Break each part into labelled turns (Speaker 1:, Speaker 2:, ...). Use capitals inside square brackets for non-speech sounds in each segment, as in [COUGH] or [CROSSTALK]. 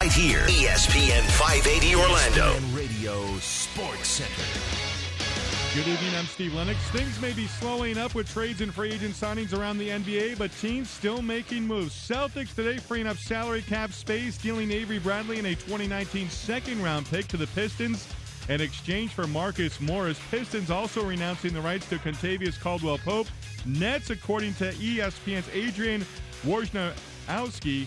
Speaker 1: Right here, E ESPN 580 Orlando.
Speaker 2: Radio Sports Center.
Speaker 3: Good evening, I'm Steve Lennox. Things may be slowing up with trades and free agent signings around the NBA, but teams still making moves. Celtics today freeing up salary cap space, dealing Avery Bradley in a 2019 second round pick to the Pistons in exchange for Marcus Morris. Pistons also renouncing the rights to Contavious Caldwell Pope. Nets, according to E ESPN's Adrian Wojnarowski,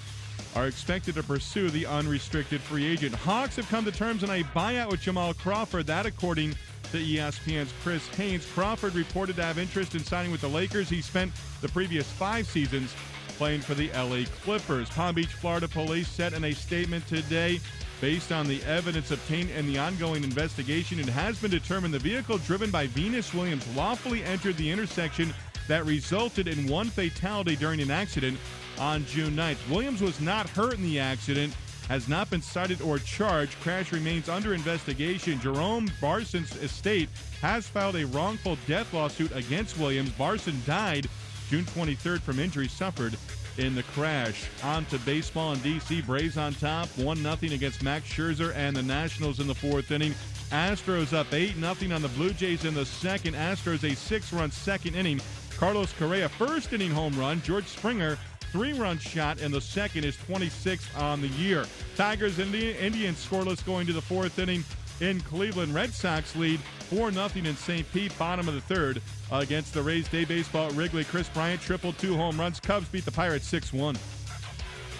Speaker 3: are expected to pursue the unrestricted free agent. Hawks have come to terms on a buyout with Jamal Crawford, that according to E ESPN's Chris Haynes. Crawford reported to have interest in signing with the Lakers. He spent the previous five seasons playing for the LA Clippers. Palm Beach, Florida police said in a statement today based on the evidence obtained in the ongoing investigation, it has been determined the vehicle driven by Venus Williams lawfully entered the intersection that resulted in one fatality during an accident on June 9th. Williams was not hurt in the accident, has not been cited or charged. Crash remains under investigation. Jerome Barson's estate has filed a wrongful death lawsuit against Williams. Barson died June 23rd from injuries suffered in the crash. On to baseball in D.C. Braves on top, 1 0 against Max Scherzer and the Nationals in the fourth inning. Astros up 8 0 on the Blue Jays in the second. Astros a six run second inning. Carlos Correa, first inning home run. George Springer, three run shot, and the second is 26th on the year. Tigers and the Indians scoreless going to the fourth inning in Cleveland. Red Sox lead 4 0 in St. Pete, bottom of the third against the Rays. Day baseball at Wrigley. Chris Bryant, triple two home runs. Cubs beat the Pirates 6 1.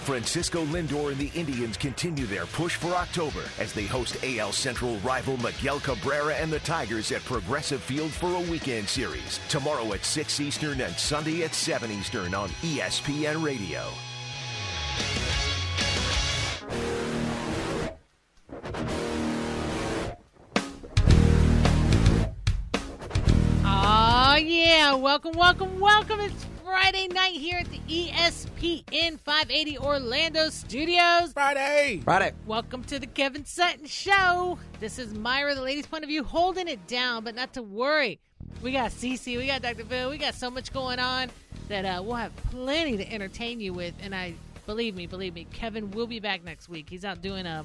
Speaker 1: Francisco Lindor and the Indians continue their push for October as they host AL Central rival Miguel Cabrera and the Tigers at Progressive Field for a weekend series. Tomorrow at 6 Eastern and Sunday at 7 Eastern on E ESPN Radio.
Speaker 4: Oh yeah! Welcome, welcome, welcome! It's Friday night here at the E ESPN 580 Orlando studios.
Speaker 5: Friday.
Speaker 6: Friday.
Speaker 4: Welcome to the Kevin Sutton Show. This is Myra, the ladies' point of view, holding it down, but not to worry. We got Cece, we got Dr. Phil, we got so much going on that uh, we'll have plenty to entertain you with. And I believe me, believe me, Kevin will be back next week. He's out doing uh,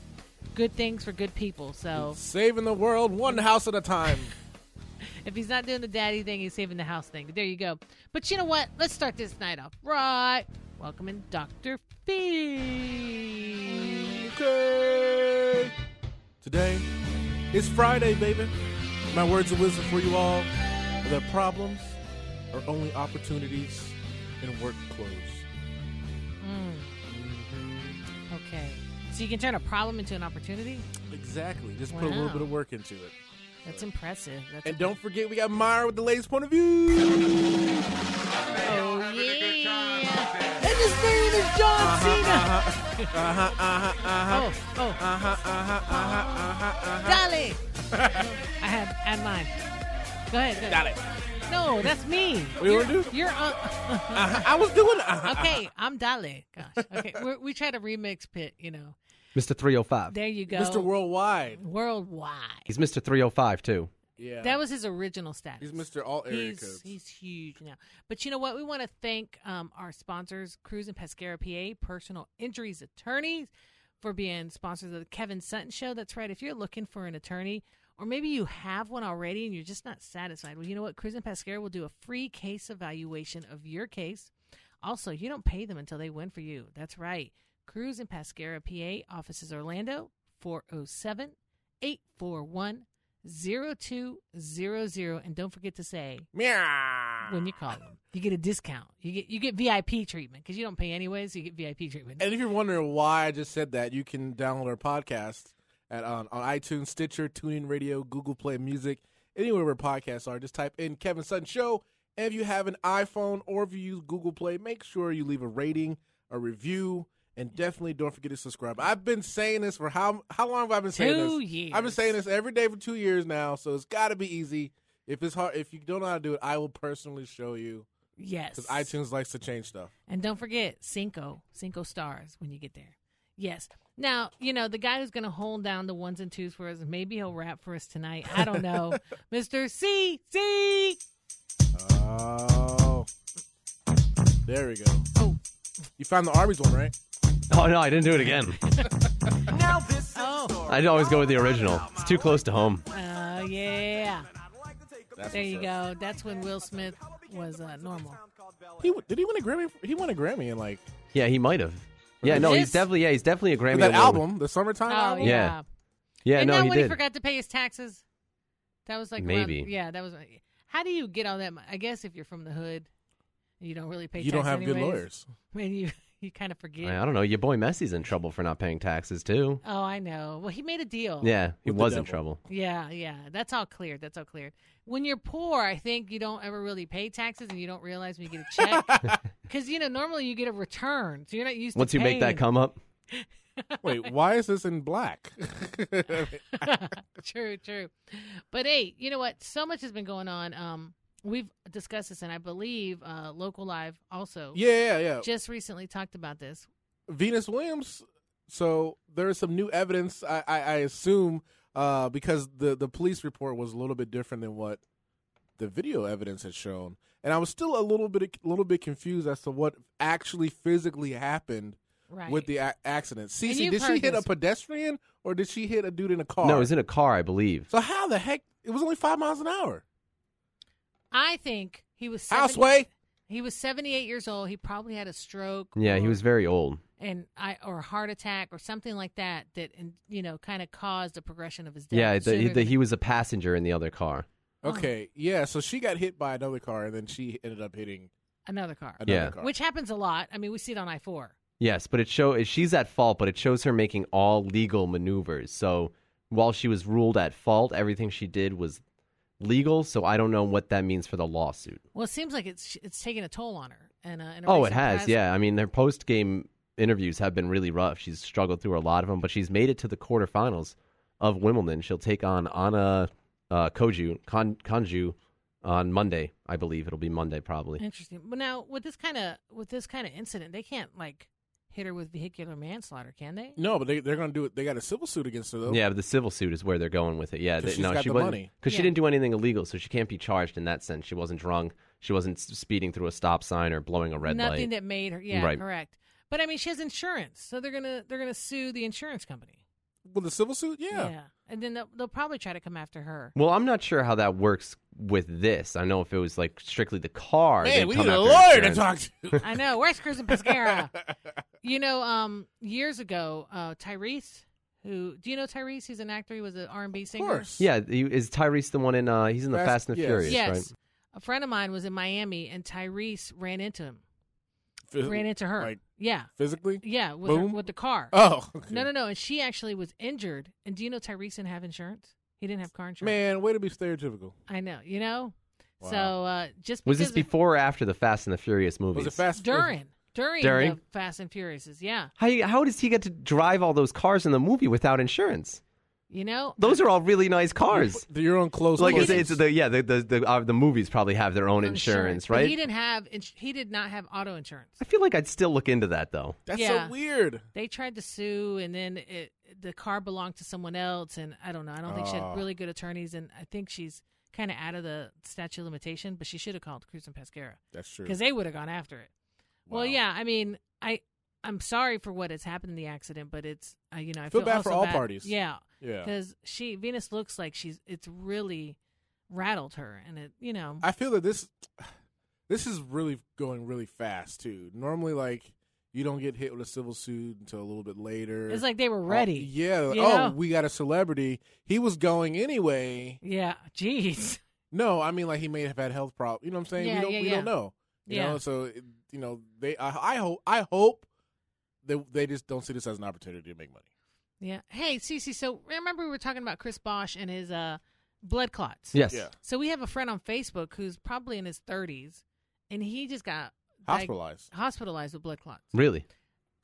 Speaker 4: good things for good people. So
Speaker 5: Saving the world one house at a time.
Speaker 4: If he's not doing the daddy thing, he's saving the house thing. There you go. But you know what? Let's start this night off right. Welcome in Dr. Fee.
Speaker 5: Okay. Today, it's Friday, baby. My words of wisdom for you all are that problems are only opportunities in work clothes.
Speaker 4: Okay. So you can turn a problem into an opportunity?
Speaker 5: Exactly. Just put a little
Speaker 4: Wow.
Speaker 5: bit of work into it.
Speaker 4: That's impressive. That's
Speaker 5: And don't forget, we got Myra with the latest point of view.
Speaker 4: Oh, yeah. And his name is John
Speaker 5: Uh-huh,
Speaker 4: Cena. Oh, oh.
Speaker 5: Uh-huh, [LAUGHS]
Speaker 4: Dolly. I have, I have mine. Go ahead. Go ahead. [LAUGHS]
Speaker 5: Got it.
Speaker 4: No, that's me.
Speaker 5: What you wanna
Speaker 4: You're-
Speaker 5: do?
Speaker 4: You're on.
Speaker 5: Uh-huh, I was doing. uh
Speaker 4: okay, I'm Dolly. Gosh. Okay, We're, we try to remix Pit. You know,
Speaker 6: Mr. 305.
Speaker 4: there you go.
Speaker 5: Mr. Worldwide.
Speaker 4: Worldwide.
Speaker 6: He's Mr. 305 too.
Speaker 5: Yeah.
Speaker 4: That was his original status.
Speaker 5: He's Mr. All Area
Speaker 4: he's,
Speaker 5: Codes.
Speaker 4: He's huge now. But you know what? We want to thank um, our sponsors, Cruz and Pescara PA, personal injuries attorneys, for being sponsors of the Kevin Sutton Show. That's right. If you're looking for an attorney, or maybe you have one already and you're just not satisfied, well, you know what? Cruz and Pescara will do a free case evaluation of your case. Also, you don't pay them until they win for you. That's right. Cruz and Pescara PA, offices Orlando, 407 841 0200. And don't forget to say,
Speaker 5: Meow.
Speaker 4: when you call them. You get a discount. You get you get VIP treatment because you don't pay anyways. You get VIP treatment.
Speaker 5: And if you're wondering why I just said that, you can download our podcast at on, on iTunes, Stitcher, TuneIn Radio, Google Play Music, anywhere where podcasts are. Just type in Kevin Sutton Show. And if you have an iPhone or if you use Google Play, make sure you leave a rating, a review, and definitely don't forget to subscribe. I've been saying this for how how long have I been saying
Speaker 4: Two
Speaker 5: this?
Speaker 4: years.
Speaker 5: I've been saying this every day for two years now, so it's got to be easy. If it's hard, if you don't know how to do it, I will personally show you
Speaker 4: yes,
Speaker 5: because iTunes likes to change stuff.
Speaker 4: and don't forget Cinco Cinco stars when you get there. Yes. Now you know the guy who's going to hold down the ones and twos for us. Maybe he'll rap for us tonight. I don't
Speaker 5: [LAUGHS]
Speaker 4: know, Mister C C.
Speaker 5: Oh. There we go.
Speaker 4: Oh,
Speaker 5: You found the Arby's one, right?
Speaker 6: Oh no, I didn't do it again.
Speaker 4: Oh,
Speaker 6: I'd always go with the original. It's too close to home.
Speaker 4: uh, yeah.
Speaker 5: That's
Speaker 4: There
Speaker 5: what's
Speaker 4: you
Speaker 5: up.
Speaker 4: go. That's when Will Smith was uh, normal.
Speaker 5: He w- did he win a Grammy? He won a Grammy in like
Speaker 6: Yeah, he might have. Yeah, no,
Speaker 4: This-
Speaker 6: he's definitely yeah, he's definitely a Grammy.
Speaker 5: that
Speaker 6: Award-
Speaker 5: album, the summertime
Speaker 4: Oh,
Speaker 5: album.
Speaker 4: yeah.
Speaker 6: Yeah. Yeah,
Speaker 4: and
Speaker 6: no,
Speaker 4: that
Speaker 6: he
Speaker 4: when
Speaker 6: did.
Speaker 4: he forgot to pay his taxes, that was like around-
Speaker 6: Maybe.
Speaker 4: yeah, that was. How do you get all that? Money? I guess if you're from the hood, you don't really pay.
Speaker 5: You don't
Speaker 4: tax
Speaker 5: have good
Speaker 4: anyways. [LAUGHS]
Speaker 5: lawyers.
Speaker 4: I mean, you you kind of forget.
Speaker 6: I don't know. Your boy Messi's in trouble for not paying taxes too.
Speaker 4: Oh, I know. Well, he made a deal.
Speaker 6: Yeah, he
Speaker 5: Oh. With the
Speaker 6: was in
Speaker 5: devil.
Speaker 6: trouble.
Speaker 4: Yeah, yeah. That's all cleared. That's all cleared. When you're poor, I think you don't ever really pay taxes and you don't realize when you get a
Speaker 6: [LAUGHS]
Speaker 4: check. [LAUGHS] Because, you know, normally you get a return. So you're not used
Speaker 6: Once
Speaker 4: to
Speaker 6: you make that
Speaker 4: paying.
Speaker 6: come up,
Speaker 5: Wait, why is this in black? [LAUGHS]
Speaker 4: [LAUGHS] true, true. But hey, you know what? So much has been going on. Um, We've discussed this, and I believe uh, Local Live also
Speaker 5: yeah, yeah, yeah.
Speaker 4: just recently talked about this.
Speaker 5: Venus Williams. So there is some new evidence. I, I, I assume uh, because the the police report was a little bit different than what the video evidence had shown, and I was still a little bit a little bit confused as to what actually physically happened
Speaker 4: Right.
Speaker 5: with the a- accident. Cece,
Speaker 4: you've
Speaker 5: did she
Speaker 4: heard
Speaker 5: hit
Speaker 4: this.
Speaker 5: a pedestrian or did she hit a dude in a car?
Speaker 6: no, it was in a car, I believe.
Speaker 5: so how the heck? It was only five miles an hour.
Speaker 4: I think he was. 70
Speaker 5: Houseway.
Speaker 4: He was 78 years old. He probably had a stroke.
Speaker 6: Yeah, he
Speaker 4: or-
Speaker 6: was very old.
Speaker 4: and I or a heart attack or something like that that and you know kind of caused the progression of his death.
Speaker 6: Yeah, the,
Speaker 4: sooner
Speaker 6: he- the,
Speaker 4: than-
Speaker 6: he was a passenger in the other car.
Speaker 4: Oh.
Speaker 5: Okay, yeah. So she got hit by another car, and then she ended up hitting
Speaker 4: another car,
Speaker 5: another
Speaker 6: Yeah.
Speaker 5: car.
Speaker 4: which happens a lot. I mean, we see it on I four.
Speaker 6: Yes, but it show she's at fault, but it shows her making all legal maneuvers. So while she was ruled at fault, everything she did was legal. So I don't know what that means for the lawsuit.
Speaker 4: Well, it seems like it's it's taking a toll on her. And uh, in a
Speaker 6: Oh, it
Speaker 4: recent
Speaker 6: has.
Speaker 4: past-
Speaker 6: Yeah, I mean, their post game interviews have been really rough. She's struggled through a lot of them, but she's made it to the quarterfinals of Wimbledon. She'll take on Anna uh, Koju Kon, Konju on Monday, I believe. It'll be Monday probably.
Speaker 4: Interesting. But now with this kind of with this kind of incident, they can't like hit her with vehicular manslaughter, can they?
Speaker 5: No, but they, they're going to do it. They got a civil suit against her though.
Speaker 6: Yeah, but the civil suit is where they're going with it. Yeah,
Speaker 5: Oh. 'Cause
Speaker 6: that-
Speaker 5: she's
Speaker 6: no,
Speaker 5: got
Speaker 6: she
Speaker 5: the
Speaker 6: wasn't
Speaker 5: money.
Speaker 6: because
Speaker 4: Yeah.
Speaker 6: she didn't do anything illegal, so she can't be charged in that sense. She wasn't drunk. She wasn't s- speeding through a stop sign or blowing a red
Speaker 4: Nothing
Speaker 6: light.
Speaker 4: that made her. Yeah,
Speaker 6: Right.
Speaker 4: correct. But I mean, she has insurance, so they're gonna they're gonna sue the insurance company.
Speaker 5: With the civil suit, yeah.
Speaker 4: And then they'll, they'll probably try to come after her.
Speaker 6: well, I'm not sure how that works with this. I know if it was like strictly the car,
Speaker 5: Man,
Speaker 6: they'd
Speaker 5: we
Speaker 6: come
Speaker 5: need a
Speaker 6: after
Speaker 5: lawyer to
Speaker 6: insurance.
Speaker 5: talk to.
Speaker 4: I know. Where's Cruz and Pescara?
Speaker 6: [LAUGHS]
Speaker 4: you know, um, years ago, uh, Tyrese, who do you know Tyrese? He's an actor. He was an R and B
Speaker 5: of
Speaker 4: singer.
Speaker 5: course.
Speaker 6: Yeah, he- is Tyrese the one in? uh He's in the
Speaker 5: Fast-
Speaker 6: Fast, and the
Speaker 5: yes.
Speaker 6: Furious,
Speaker 4: Yes.
Speaker 6: right?
Speaker 4: A friend of mine was in Miami, and Tyrese ran into him.
Speaker 5: Phys-
Speaker 4: ran into her.
Speaker 5: Like,
Speaker 4: yeah,
Speaker 5: physically?
Speaker 4: yeah, with, her,
Speaker 5: Boom.
Speaker 4: with the car.
Speaker 5: Oh. okay.
Speaker 4: No, no, no. And she actually was injured. And do you know Tyrese didn't have insurance? He didn't have car insurance.
Speaker 5: Man, way to be stereotypical.
Speaker 4: I know. You know.
Speaker 5: Wow.
Speaker 4: So uh, just
Speaker 6: Was
Speaker 4: because
Speaker 6: this
Speaker 4: of-
Speaker 6: before or after the Fast and the Furious movies?
Speaker 5: Was it fast?
Speaker 4: during during
Speaker 6: During?
Speaker 4: the Fast and Furiouses? Yeah.
Speaker 6: How you- how does he get to drive all those cars in the movie without insurance?
Speaker 4: You know.
Speaker 6: Those are all really nice cars.
Speaker 5: Th- Your own close.
Speaker 6: like it's,
Speaker 5: quarters.
Speaker 6: it's the yeah the the the, uh, the movies probably have their own insurance,
Speaker 4: But
Speaker 6: right?
Speaker 4: He didn't have. ins- He did not have auto insurance.
Speaker 6: I feel like I'd still look into that though.
Speaker 5: That's
Speaker 4: yeah.
Speaker 5: so weird.
Speaker 4: They tried to sue, and then it, the car belonged to someone else. And I don't know. I don't think she
Speaker 5: Oh.
Speaker 4: had really good attorneys, and I think she's kind of out of the statute of limitation. But she should have called Cruz and Pescara
Speaker 5: That's true.
Speaker 4: because they would have gone after it.
Speaker 5: Wow.
Speaker 4: Well, yeah. I mean, I I'm sorry for what has happened in the accident, but it's uh, you know I
Speaker 5: Feel
Speaker 4: feel
Speaker 5: bad for
Speaker 4: also
Speaker 5: all parties.
Speaker 4: Yeah,
Speaker 5: Yeah.
Speaker 4: because she Venus looks like she's it's really rattled her, and it you know
Speaker 5: I feel that this this is really going really fast too. Normally, like you don't get hit with a civil suit until a little bit later.
Speaker 4: it's like they were
Speaker 5: Oh,
Speaker 4: ready.
Speaker 5: yeah. like,
Speaker 4: you
Speaker 5: oh,
Speaker 4: know?
Speaker 5: we got a celebrity. He was going anyway.
Speaker 4: yeah.
Speaker 5: mm.
Speaker 4: Jeez.
Speaker 5: No, I mean like he may have had health problems. You know what I'm saying?
Speaker 4: Yeah,
Speaker 5: we don't,
Speaker 4: yeah,
Speaker 5: we
Speaker 4: yeah.
Speaker 5: don't know. You
Speaker 4: Yeah.
Speaker 5: know, so it- you know they. I, I hope. I hope they they just don't see this as an opportunity to make money.
Speaker 4: Yeah. Hey, Cece, so remember we were talking about Chris Bosch and his uh, blood clots?
Speaker 6: Yes.
Speaker 5: Yeah.
Speaker 4: So we have a friend on Facebook who's probably in his 30s, and he just got like,
Speaker 5: Hospitalized.
Speaker 4: hospitalized with blood clots.
Speaker 6: Really?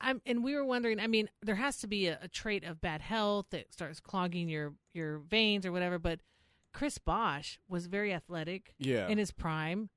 Speaker 4: I'm, and we were wondering, I mean, there has to be a, a trait of bad health that starts clogging your, your veins or whatever, but Chris Bosch was very athletic
Speaker 5: Yeah.
Speaker 4: in his prime.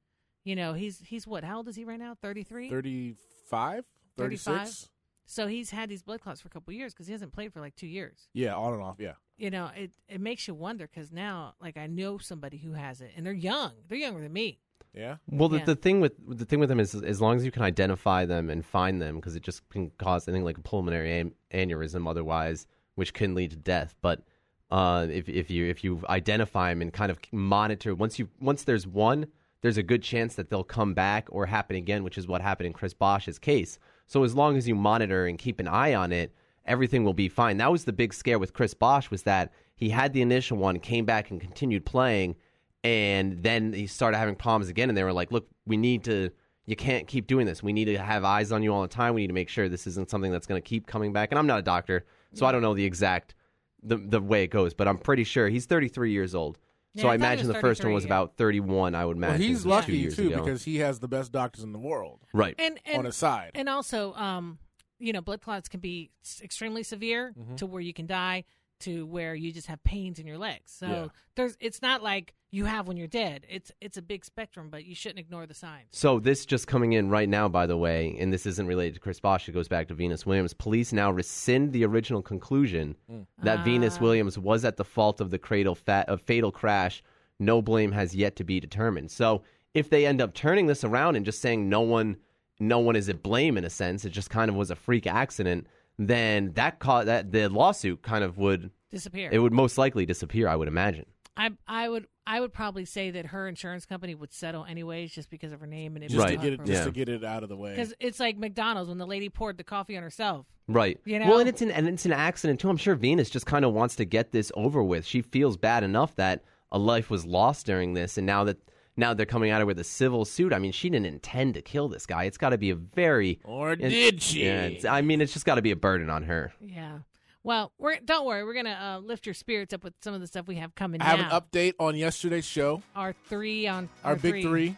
Speaker 4: You know, he's he's what? How old is he right now? 33?
Speaker 5: 35? 36?
Speaker 4: So he's had these blood clots for a couple years because he hasn't played for like two years.
Speaker 5: Yeah, on and off. Yeah.
Speaker 4: you know, it, it makes you wonder because now, like, I know somebody who has it, and they're young. They're younger than me.
Speaker 5: Yeah.
Speaker 6: Well, the,
Speaker 4: Yeah.
Speaker 6: the thing with the thing with them is as long as you can identify them and find them, because it just can cause anything like a pulmonary an- aneurysm. Otherwise, which can lead to death. But uh, if if you if you identify them and kind of monitor once you once there's one, there's a good chance that they'll come back or happen again, which is what happened in Chris Bosch's case. So as long as you monitor and keep an eye on it, everything will be fine. That was the big scare with Chris Bosch was that he had the initial one, came back and continued playing, and then he started having problems again. And they were like, "Look, we need to. You can't keep doing this. We need to have eyes on you all the time. We need to make sure this isn't something that's going to keep coming back." And I'm not a doctor, so I don't know the exact the the way it goes, but I'm pretty sure he's 33 years old.
Speaker 4: Yeah,
Speaker 6: so
Speaker 4: I
Speaker 6: I
Speaker 4: thought he
Speaker 6: imagine
Speaker 4: was
Speaker 6: the first one
Speaker 4: 33,
Speaker 6: was
Speaker 4: yeah.
Speaker 6: about 31. I would
Speaker 5: Well,
Speaker 6: imagine.
Speaker 5: he's
Speaker 6: two
Speaker 5: lucky
Speaker 6: years
Speaker 5: too
Speaker 6: ago.
Speaker 5: because he has the best doctors in the world
Speaker 6: right.
Speaker 4: And, and
Speaker 5: on his side.
Speaker 4: And also, um, you know, blood clots can be s- extremely severe
Speaker 5: Mm-hmm.
Speaker 4: to where you can die to where you just have pains in your legs. So
Speaker 5: Yeah.
Speaker 4: there's it's not like you have when you're dead. It's it's a big spectrum, but you shouldn't ignore the signs.
Speaker 6: So this just coming in right now, by the way, and this isn't related to Chris Bosch. It goes back to Venus Williams. Police now rescind the original conclusion that Venus Williams was at the fault of the cradle fat, of fatal crash. No blame has yet to be determined. So if they end up turning this around and just saying no one, no one is at blame in a sense, it just kind of was a freak accident. Then that caught that the lawsuit kind of would
Speaker 4: Disappear.
Speaker 6: it would most likely disappear. I would imagine.
Speaker 4: I I would I would probably say that her insurance company would settle anyways just because of her name and it
Speaker 5: just
Speaker 6: Right.
Speaker 5: to get it, just
Speaker 6: Yeah.
Speaker 5: to get it out of the way.
Speaker 4: Because it's like McDonald's when the lady poured the coffee on herself.
Speaker 6: Right.
Speaker 4: You know?
Speaker 6: Well, and it's an and it's an accident too. I'm sure Venus just kind of wants to get this over with. She feels bad enough that a life was lost during this, and now that now they're coming at her with a civil suit. I mean, she didn't intend to kill this guy. It's got to be a very
Speaker 5: Or
Speaker 6: it-
Speaker 5: did she?
Speaker 6: Yeah, it's- I mean, it's just got to be a burden on her.
Speaker 4: Yeah. Well, we're don't worry. We're gonna uh, lift your spirits up with some of the stuff we have coming.
Speaker 5: I have an
Speaker 4: now.
Speaker 5: update on yesterday's show.
Speaker 4: Our three on
Speaker 5: Our
Speaker 4: our
Speaker 5: big three.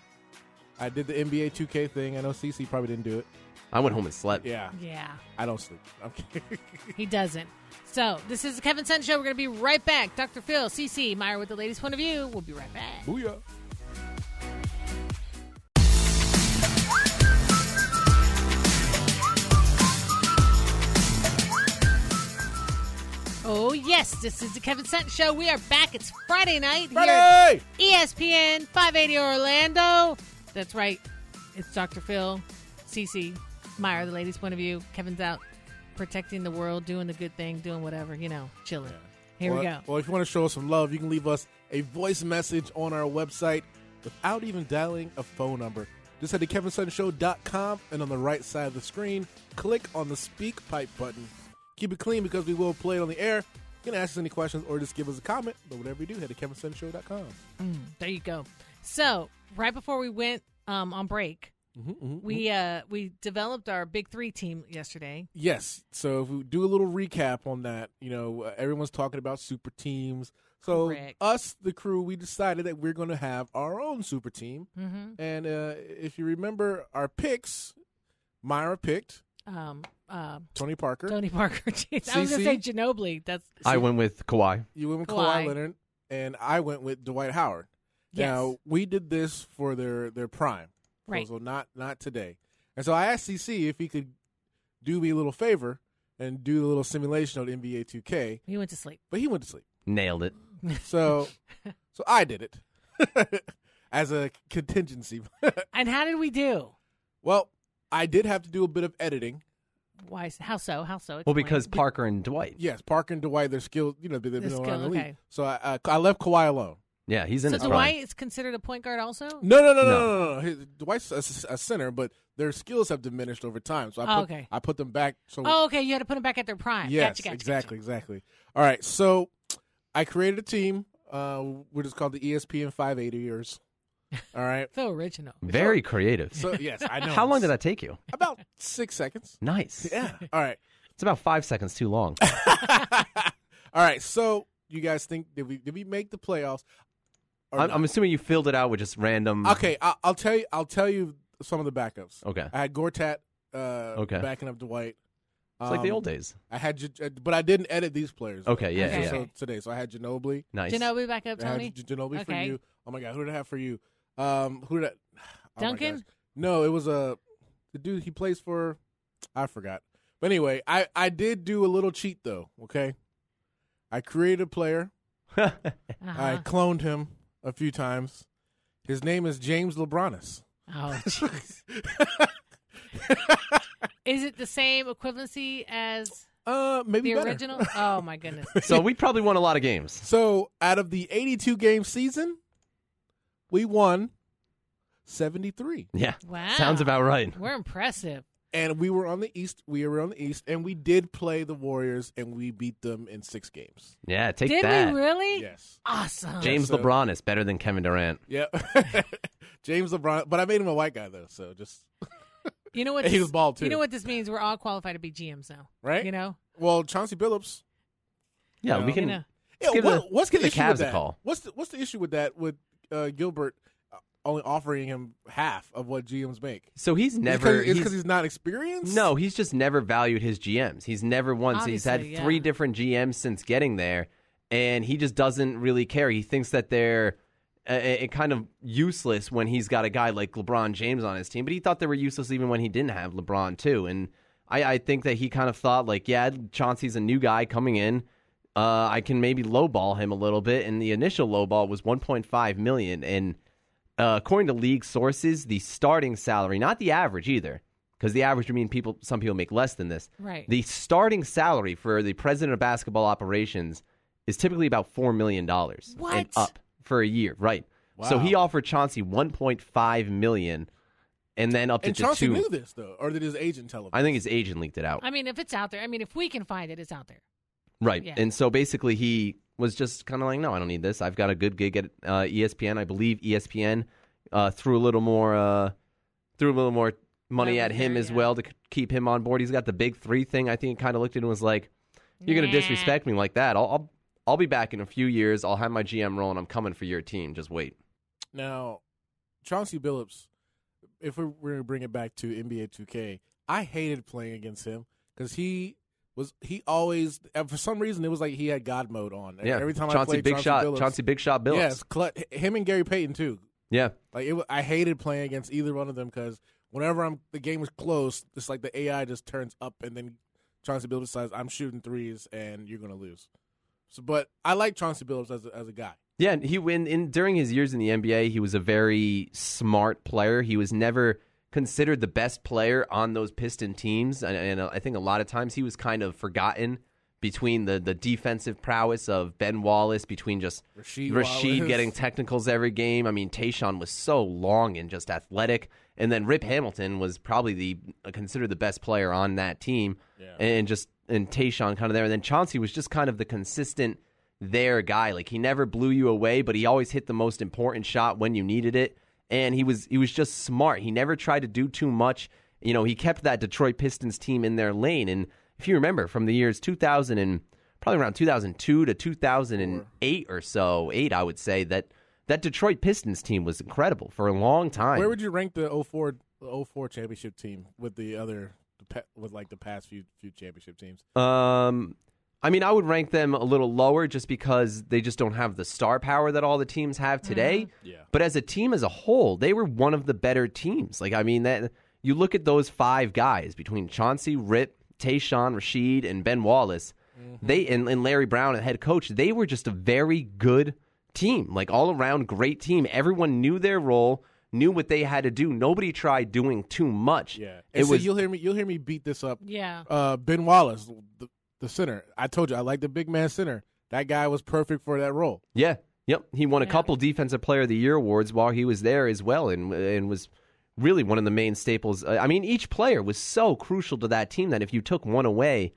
Speaker 5: I did the NBA 2K thing. I know CC probably didn't do it.
Speaker 6: I went home and slept.
Speaker 5: Yeah,
Speaker 4: Yeah.
Speaker 5: I don't sleep. I'm kidding.
Speaker 4: He doesn't. So this is the Kevin Sun Show. We're going to be right back. Dr. Phil, CC, Meyer with the latest point of view. We'll be right back.
Speaker 5: Booyah.
Speaker 4: Oh yes, this is the Kevin Sun Show. We are back. It's Friday night E
Speaker 5: Friday!
Speaker 4: here at ESPN 580 Orlando. That's right. It's Dr. Phil, CC, Meyer, the ladies' point of view. Kevin's out protecting the world, doing the good thing, doing whatever, you know, chilling. Here we go.
Speaker 5: Well- Well, if you want to show us some love, you can leave us a voice message on our website without even dialing a phone number. Just head to kevinsunshow.com and on the right side of the screen, click on the speak pipe button. Keep it clean because we will play it on the air. You can ask us any questions or just give us a comment, but whatever you do, head to kevinsunshow.com.
Speaker 4: There you go. So right before we went um, on break,
Speaker 5: Mm-hmm,
Speaker 4: we uh, we developed our big three team yesterday.
Speaker 5: Yes. So if we do a little recap on that, you know, uh, everyone's talking about super teams. So
Speaker 4: Correct.
Speaker 5: us, the crew, we decided that we're going to have our own super team. Mm-hmm. And uh, if you remember our picks, Myra picked
Speaker 4: Um, uh,
Speaker 5: Tony Parker.
Speaker 4: Tony Parker. [LAUGHS] Jeez, I was gonna
Speaker 5: CC?
Speaker 4: say Ginobili. That's
Speaker 6: I went with Kawhi.
Speaker 5: You went with Kawhi.
Speaker 4: Kawhi.
Speaker 5: Leonard, and I went with Dwight Howard.
Speaker 4: Yes.
Speaker 5: Now we did this for their their prime,
Speaker 4: Right.
Speaker 5: So not not today. And so I asked CC if he could do me a little favor and do a little simulation of NBA 2K,
Speaker 4: he went to sleep.
Speaker 5: but he went to sleep.
Speaker 6: Nailed it.
Speaker 4: [LAUGHS]
Speaker 5: So, so I did it [LAUGHS] as a contingency. [LAUGHS]
Speaker 4: And how did we do?
Speaker 5: well, I did have to do a bit of editing.
Speaker 4: Why? How so? How so?
Speaker 6: Well,
Speaker 4: Explain.
Speaker 6: because Parker and Dwight.
Speaker 5: Yes, Parker and Dwight, they're skilled. You know, they've been
Speaker 4: They're
Speaker 5: around the
Speaker 4: skilled,
Speaker 5: league.
Speaker 4: okay.
Speaker 5: So I, uh, I, I left Kawhi alone.
Speaker 6: Yeah, he's in
Speaker 4: so
Speaker 6: his prime.
Speaker 4: Dwight is considered a point guard also.
Speaker 5: No, no, no, no,
Speaker 6: No.
Speaker 5: no, no. no. His- Dwight's a, s- a center, but their skills have diminished over time. So I
Speaker 4: Oh,
Speaker 5: put,
Speaker 4: okay.
Speaker 5: I put them back. So
Speaker 4: Oh, okay. You had to put him back at their prime.
Speaker 5: yes,
Speaker 4: gotcha, gotcha,
Speaker 5: exactly, exactly. All right, so I created a team. Uh, we're just called the ESPN 580ers. All right.
Speaker 4: Gotcha. So original.
Speaker 6: Very creative.
Speaker 5: So yes, I know.
Speaker 6: [LAUGHS] How long did that take you?
Speaker 5: About six seconds.
Speaker 6: Nice.
Speaker 5: Yeah. All right. [LAUGHS]
Speaker 6: It's about five seconds too long.
Speaker 5: All right, so you guys think did we did we make the playoffs? [LAUGHS] or
Speaker 6: I'm,
Speaker 5: not?
Speaker 6: I'm assuming you filled it out with just random.
Speaker 5: okay, I, I'll tell you. I'll tell you some of the backups.
Speaker 6: Okay.
Speaker 5: I had Gortat uh,
Speaker 6: Okay.
Speaker 5: backing up Dwight.
Speaker 6: It's like the
Speaker 5: Um,
Speaker 6: old days.
Speaker 5: I had, J- but I didn't edit these players.
Speaker 6: Okay. Yeah.
Speaker 4: Okay.
Speaker 6: Yeah.
Speaker 5: So today, so I had Ginobili.
Speaker 6: Nice. [LAUGHS]
Speaker 4: Ginobili back up,
Speaker 5: I had
Speaker 4: Tony.
Speaker 5: G- Ginobili for
Speaker 4: Okay.
Speaker 5: you. Oh my God, who did I have for you? Um, who did I, oh my
Speaker 4: Duncan?
Speaker 5: gosh. No, it was a the dude he plays for. I forgot. But anyway, I I did do a little cheat though. Okay, I created a player. I
Speaker 4: Uh-huh.
Speaker 5: cloned him a few times. His name is James Lebronis. [LAUGHS]
Speaker 4: Oh, [LAUGHS] jeez. is it the same equivalency as
Speaker 5: Uh, maybe
Speaker 4: The
Speaker 5: better.
Speaker 4: original?
Speaker 5: [LAUGHS]
Speaker 4: Oh my goodness.
Speaker 6: So we probably won a lot of games.
Speaker 5: So out of the 82 game season, we won 73,
Speaker 6: Yeah.
Speaker 4: Wow.
Speaker 6: Sounds about right.
Speaker 4: We're impressive.
Speaker 5: and we were on the East. We were on the East, and we did play the Warriors, and we beat them in six games.
Speaker 6: Yeah, take
Speaker 4: Did
Speaker 6: that.
Speaker 4: we really?
Speaker 5: Yes.
Speaker 4: Awesome.
Speaker 6: James
Speaker 5: So-
Speaker 6: LeBron is better than Kevin Durant.
Speaker 5: Yeah. [LAUGHS] James LeBron, but I made him a white guy though, so just
Speaker 4: You know what?
Speaker 5: And he was
Speaker 4: this-
Speaker 5: bald, too.
Speaker 4: You know what this means? We're all qualified to be GMs now,
Speaker 5: Right?
Speaker 4: You know,
Speaker 5: well Chauncey Billups.
Speaker 6: Yeah,
Speaker 5: Yeah.
Speaker 6: we
Speaker 4: you
Speaker 6: can.
Speaker 4: know.
Speaker 5: Yeah,
Speaker 6: give
Speaker 5: what-
Speaker 6: the-
Speaker 5: what's
Speaker 6: give the
Speaker 5: the, issue
Speaker 6: Cavs
Speaker 5: with
Speaker 6: a
Speaker 5: that?
Speaker 6: call.
Speaker 5: What's the, what's the issue with that? With uh, Gilbert only offering him half of what GMs make.
Speaker 6: So he's never.
Speaker 5: It's
Speaker 6: he's-
Speaker 5: because he's, not experienced.
Speaker 6: No, he's just never valued his GMs. He's never once. he's had
Speaker 4: Obviously, yeah.
Speaker 6: three different GMs since getting there, and he just doesn't really care. He thinks that they're uh, uh, kind of useless when he's got a guy like LeBron James on his team. But he thought they were useless even when he didn't have LeBron too. And I, I think that he kind of thought like, yeah, Chauncey's a new guy coming in. Uh, I can maybe lowball him a little bit, and the initial lowball was 1.5 million, and uh, according to league sources, the starting salary, not the average either, because the average would mean people some people make less than this.
Speaker 4: Right.
Speaker 6: The starting salary for the president of basketball operations is typically about four million dollars and
Speaker 4: What?
Speaker 6: up for a year. Right. So he offered Chauncey one point five million, and then up
Speaker 5: And
Speaker 6: to
Speaker 5: Chauncey
Speaker 6: two.
Speaker 5: knew this though, or did his agent tell him?
Speaker 6: I think his agent leaked it out.
Speaker 4: I mean, if it's out there, I mean, if we can find it, it's out there.
Speaker 6: Right.
Speaker 4: Yeah.
Speaker 6: And so basically, he was just kind of like, no, I don't need this. I've got a good gig at uh, ESPN. I believe E ESPN uh, threw a little more uh, threw a little more money
Speaker 4: That
Speaker 6: at
Speaker 4: was
Speaker 6: him
Speaker 4: there,
Speaker 6: as
Speaker 4: yeah.
Speaker 6: well to c- keep him on board. He's got the big three thing. I think kind of looked at it and was like, you're going
Speaker 4: Nah.
Speaker 6: to disrespect me like that. I'll, I'll I'll be back in a few years. I'll have my GM role and I'm coming for your team. Just wait.
Speaker 5: Now, Chauncey Billups, if we're, we're gonna bring it back to NBA 2K, I hated playing against him because he was he always and for some reason it was like he had God mode on.
Speaker 6: Yeah.
Speaker 5: Every time I
Speaker 6: Chauncey
Speaker 5: played
Speaker 6: Big
Speaker 5: Chauncey
Speaker 6: Shot.
Speaker 5: Billups,
Speaker 6: Chauncey Big Shot Billups.
Speaker 5: yes, cl- him and Gary Payton too.
Speaker 6: Yeah.
Speaker 5: Like it, wa- I hated playing against either one of them because whenever I'm the game is close, it's like the AI just turns up and then Chauncey Billups says, "I'm shooting threes and you're gonna lose." So, but I like Chauncey Billups as a, as a guy.
Speaker 6: Yeah, and he in, in during his years in the NBA, he was a very smart player. He was never considered the best player on those Piston teams, and, and I think a lot of times he was kind of forgotten between the the defensive prowess of Ben Wallace, between just
Speaker 5: Rasheed Wallace.
Speaker 6: getting technicals every game. I mean, Tayshawn was so long and just athletic, and then Rip Hamilton was probably the considered the best player on that team, and just and Tayshawn kind of there, and then Chauncey was just kind of the consistent there guy. Like he never blew you away, but he always hit the most important shot when you needed it. And he was he was just smart. He never tried to do too much. You know, he kept that Detroit Pistons team in their lane. And if you remember from the years 2000 and probably around 2002 to 2008 or so, eight I would say that that Detroit Pistons team was incredible for a long time.
Speaker 5: Where would you rank the 04, the 04 championship team with the other the pa- with like the past few few championship teams?
Speaker 6: Um, I mean, I would rank them a little lower just because they just don't have the star power that all the teams have today.
Speaker 5: Yeah.
Speaker 6: But as a team as a whole, they were one of the better teams. Like, I mean, that you look at those five guys between Chauncey, Rip, Tayshawn, Rashid, and Ben Wallace.
Speaker 5: Mm-hmm.
Speaker 6: They and, and Larry Brown, the head coach, they were just a very good team, like all around great team. Everyone knew their role, knew what they had to do. Nobody tried doing too much.
Speaker 5: Yeah,
Speaker 6: it
Speaker 5: and so
Speaker 6: was
Speaker 5: you'll hear me you'll hear me beat this up.
Speaker 4: Yeah.
Speaker 5: Uh, ben Wallace, the, the center. I told you I like the big man center. That guy was perfect for that role.
Speaker 6: Yeah. Yep. He won a
Speaker 4: Yeah.
Speaker 6: couple Defensive Player of the Year awards while he was there as well, and and was really one of the main staples. Uh, I mean, each player was so crucial to that team that if you took one away,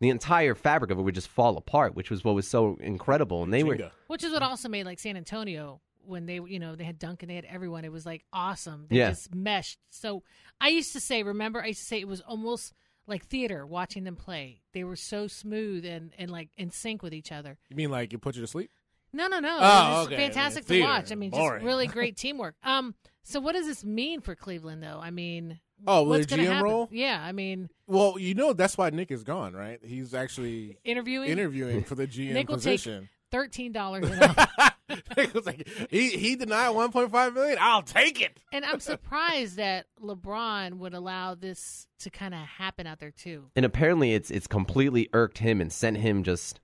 Speaker 6: the entire fabric of it would just fall apart, which was what was so incredible. And they were
Speaker 5: Jenga.
Speaker 4: Which is what also made like San Antonio when they, you know, they had Duncan, they had everyone. It was like awesome. They
Speaker 6: Yeah.
Speaker 4: just meshed. So I used to say, remember, I used to say it was almost like theater watching them play. They were so smooth and and like in sync with each other.
Speaker 5: You mean like it put you to sleep?
Speaker 4: No, no, no.
Speaker 5: Oh,
Speaker 4: it was
Speaker 5: okay.
Speaker 4: fantastic
Speaker 5: Theater.
Speaker 4: to watch. I mean,
Speaker 5: Boring.
Speaker 4: just really
Speaker 5: [LAUGHS]
Speaker 4: great teamwork. Um, so what does this mean for Cleveland though? I mean,
Speaker 5: Oh, with
Speaker 4: what's
Speaker 5: their
Speaker 4: gonna
Speaker 5: GM
Speaker 4: happen?
Speaker 5: role?
Speaker 4: Yeah, I mean,
Speaker 5: Well, you know that's why Nick is gone, right? He's actually
Speaker 4: interviewing
Speaker 5: interviewing for the GM
Speaker 4: Nick will [LAUGHS]
Speaker 5: position.
Speaker 4: take thirteen dollars an hour.
Speaker 5: [LAUGHS] Nick was like, he he denied 1.5 million. I'll take it.
Speaker 4: and I'm surprised that LeBron would allow this to kind of happen out there too.
Speaker 6: and apparently it's it's completely irked him and sent him just